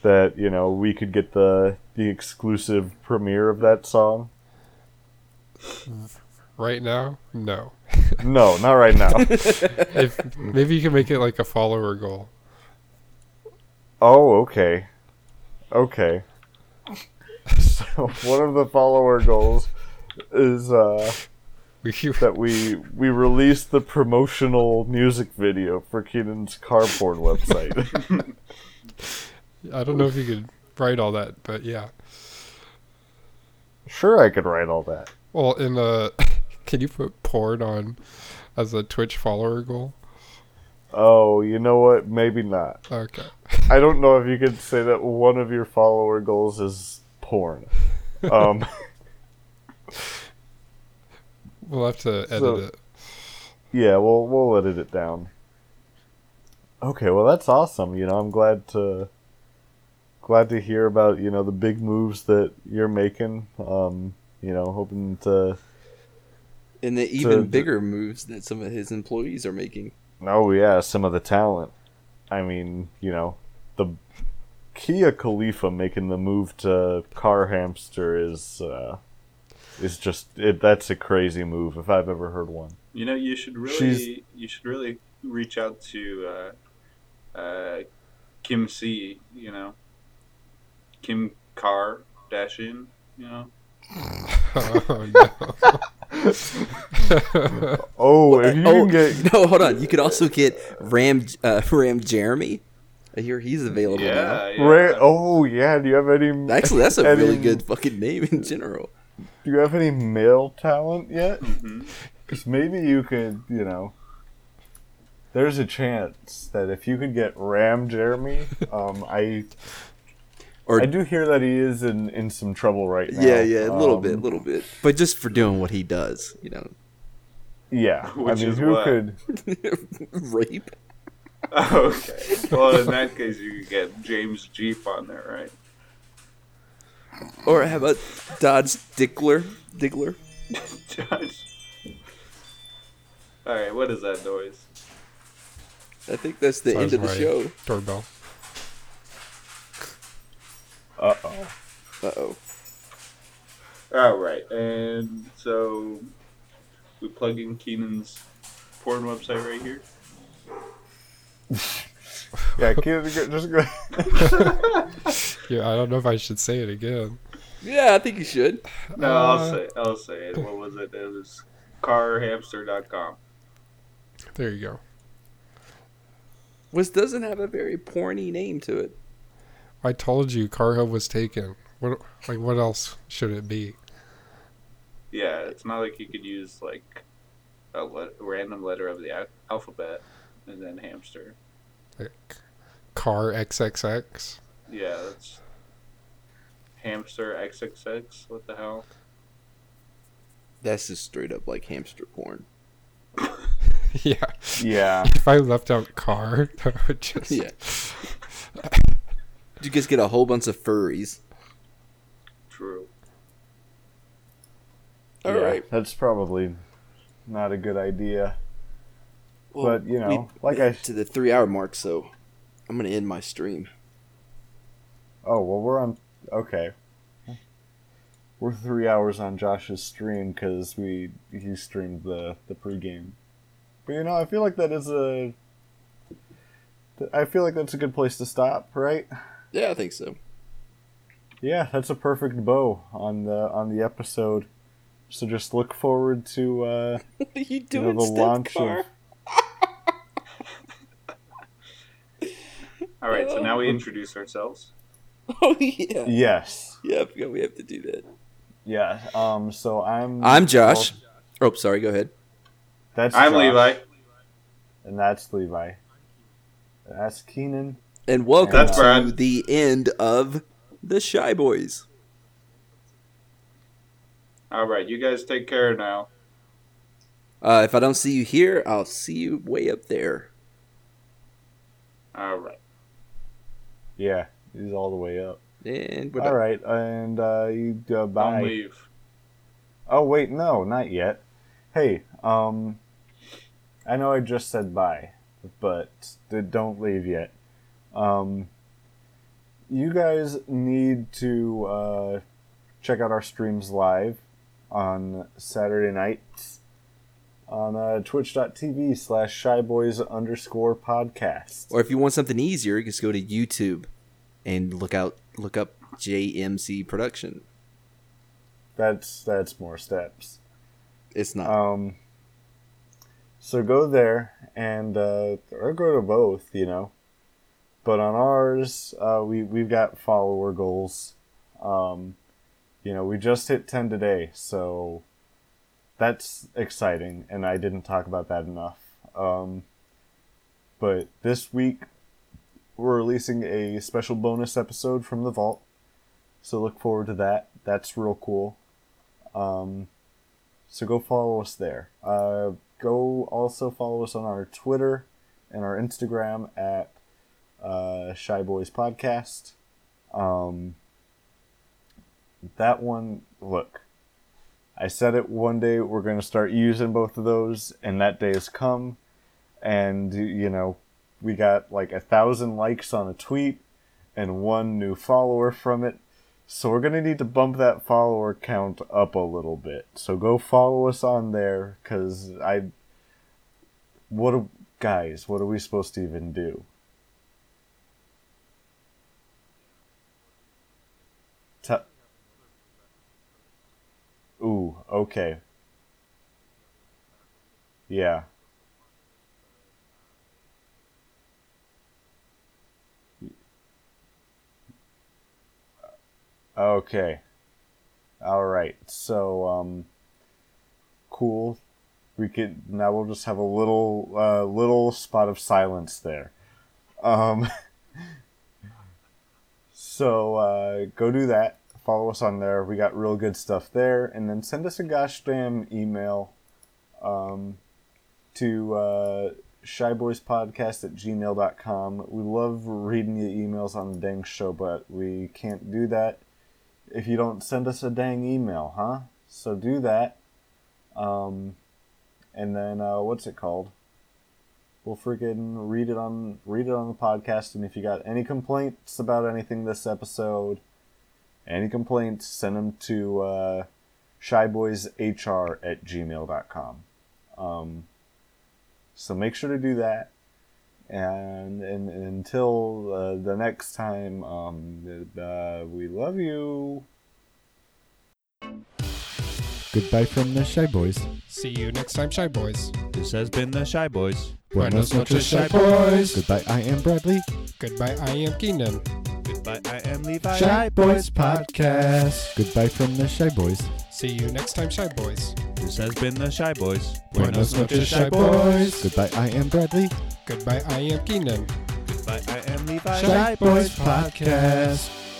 that you know we could get the the exclusive premiere of that song?
Right now, no.
No, not right now.
If maybe you can make it like a follower goal.
oh, okay, okay. So one of the follower goals is uh,
We
that we we release the promotional music video for Keenan's car porn website.
I don't know if you could write all that, but yeah.
sure, I could write all that.
Well, in uh, can you put porn on as a Twitch follower goal?
Oh, you know what? Maybe not.
Okay.
I don't know if you could say that one of your follower goals is porn. Um,
We'll have to edit
So-
it.
yeah, we'll we'll edit it down. Okay, well that's awesome. You know, I'm glad to glad to hear about you know the big moves that you're making. Um, you know, hoping to.
And the even
the-
bigger moves that some of his employees are making.
Oh yeah, some of the talent. I mean, you know, the Kia Khalifa making the move to car hamster is uh, is just it, that's a crazy move if I've ever heard one.
You know, you should really,
She's-
you should really reach out to uh, uh, Kim C. You know, Kim Carr dash in. You know,
Oh, no.
Oh, if you
Oh,
can get
no, hold on. You could also get Ram uh, Ram Jeremy. I hear he's available
yeah, yeah.
Ray, oh yeah, do you have any?
now. Actually, that's a
any-
really good fucking name in general.
Do you have any male talent yet?
Mhm.
Because maybe you could, you know. There's a chance that if you could get Ram Jeremy, um, I
Or-
I do hear that he is in, in some trouble right now.
Yeah, yeah, a little
Um,
bit, a little bit. But just for doing what he does, you know,
Yeah,
Which
I mean,
is
who
what?
could?
rape.
Okay. Well, in that case, you could get James Jeep on there, right?
Or how about Dodge Dickler? Dickler?
Josh. All right, what is that noise?
I think that's the
That
end
was
of the
my
show.
Doorbell.
Uh oh.
Uh oh.
All right, and so we plug in Keenan's porn website right here.
Yeah, kid, just go.
Yeah, I don't know if I should say it again.
Yeah, I think you should.
No,
Uh,
I'll say, I'll say it. What was it? It was carhamster.com.
There you go.
Which doesn't have a very porny name to it.
I told you Car Hub was taken. What like what else should it be?
Yeah, it's not like you could use like a let- random letter of the al- alphabet and then hamster.
Like Car XXX?
Yeah, that's hamster XXX. What the hell?
That's just straight up like hamster porn.
yeah.
Yeah.
If I left out car, that would just
Yeah. You just get a whole bunch of furries.
True.
All right.
yeah, That's probably not a good idea.
Well,
But, you know,
we-
like I-
to the three hour mark, so I'm gonna end my stream.
Oh well, we're on. Okay. We're three hours on Josh's stream because we he streamed the the pregame. But you know, I feel like that is a. I feel like that's a good place to stop, right?
Yeah, I think so.
Yeah, that's a perfect bow on the on the episode. So just look forward to uh,
What are you
you
doing,
know, the
Steph
launch
Carr?
of
All right, so now we introduce ourselves.
Oh yeah.
yes,
Yeah, I forgot we have to do that.
yeah. Um, so I'm
I'm Josh. Oh, sorry. Go ahead.
that's
I'm
Josh,
Levi.
and that's Levi. And That's Keenan.
And welcome
That's
to
Brad.
the end of the Shy Boys.
All right, you guys take care now.
Uh, if I don't see you here, I'll see you way up there.
All right.
Yeah, he's all the way up.
And we're
All
done.
right, and uh, you uh, bye.
Don't leave.
Oh wait, no, not yet. Hey, um, I know I just said bye, but th- don't leave yet. Um, you guys need to uh, check out our streams live on Saturday nights on uh, twitch.tv slash shyboys underscore podcast.
Or if you want something easier, you just go to YouTube and look out look up JMC Production.
That's, that's more steps.
It's not.
Um, so go there and uh, or go to both, you know. But on ours, uh, we we've got follower goals. Um, you know, we just hit ten today, so that's exciting, and I didn't talk about that enough. Um, but this week, we're releasing a special bonus episode from the vault, so look forward to that. That's real cool. Um, so go follow us there. Uh, go also follow us on our Twitter and our Instagram at uh, Shy Boys Podcast. Um, that one, look, I said it one day we're going to start using both of those, and that day has come. And, you know, we got like a thousand likes on a tweet and one new follower from it. So we're gonna need to bump that follower count up a little bit. So go follow us on there, cause I. What do, guys? What are we supposed to even do? Te- Ooh, okay. Yeah. Okay. All right. So, um, cool. We could now we'll just have a little uh, little spot of silence there. Um, so uh, go do that. Follow us on there. We got real good stuff there, and then send us a gosh damn email um, to uh, shyboyspodcast at gmail.com. We love reading your emails on the dang show, but we can't do that if you don't send us a dang email, huh? So do that. Um, and then uh, what's it called? We'll freaking read it on read it on the podcast. And if you got any complaints about anything this episode, any complaints, send them to uh, shyboyshr at gmail.com. Um, so make sure to do that. And, and, and until uh, the next time, um, uh, we love you.
Goodbye from the Shy Boys.
See you next time, Shy Boys.
This has been the Shy Boys.
Buenas noches, Shy Boys.
Goodbye, I am Bradley.
Goodbye, I am Keenan.
Goodbye, I am Levi.
Podcast. Goodbye from the Shy Boys.
See you next time, Shy Boys.
This has been the Shy Boys.
Buenas
noches, Shy Boys.
Goodbye, I am Bradley.
Goodbye, I am Keenan.
Goodbye, I am Levi.
Shy Boys Podcast.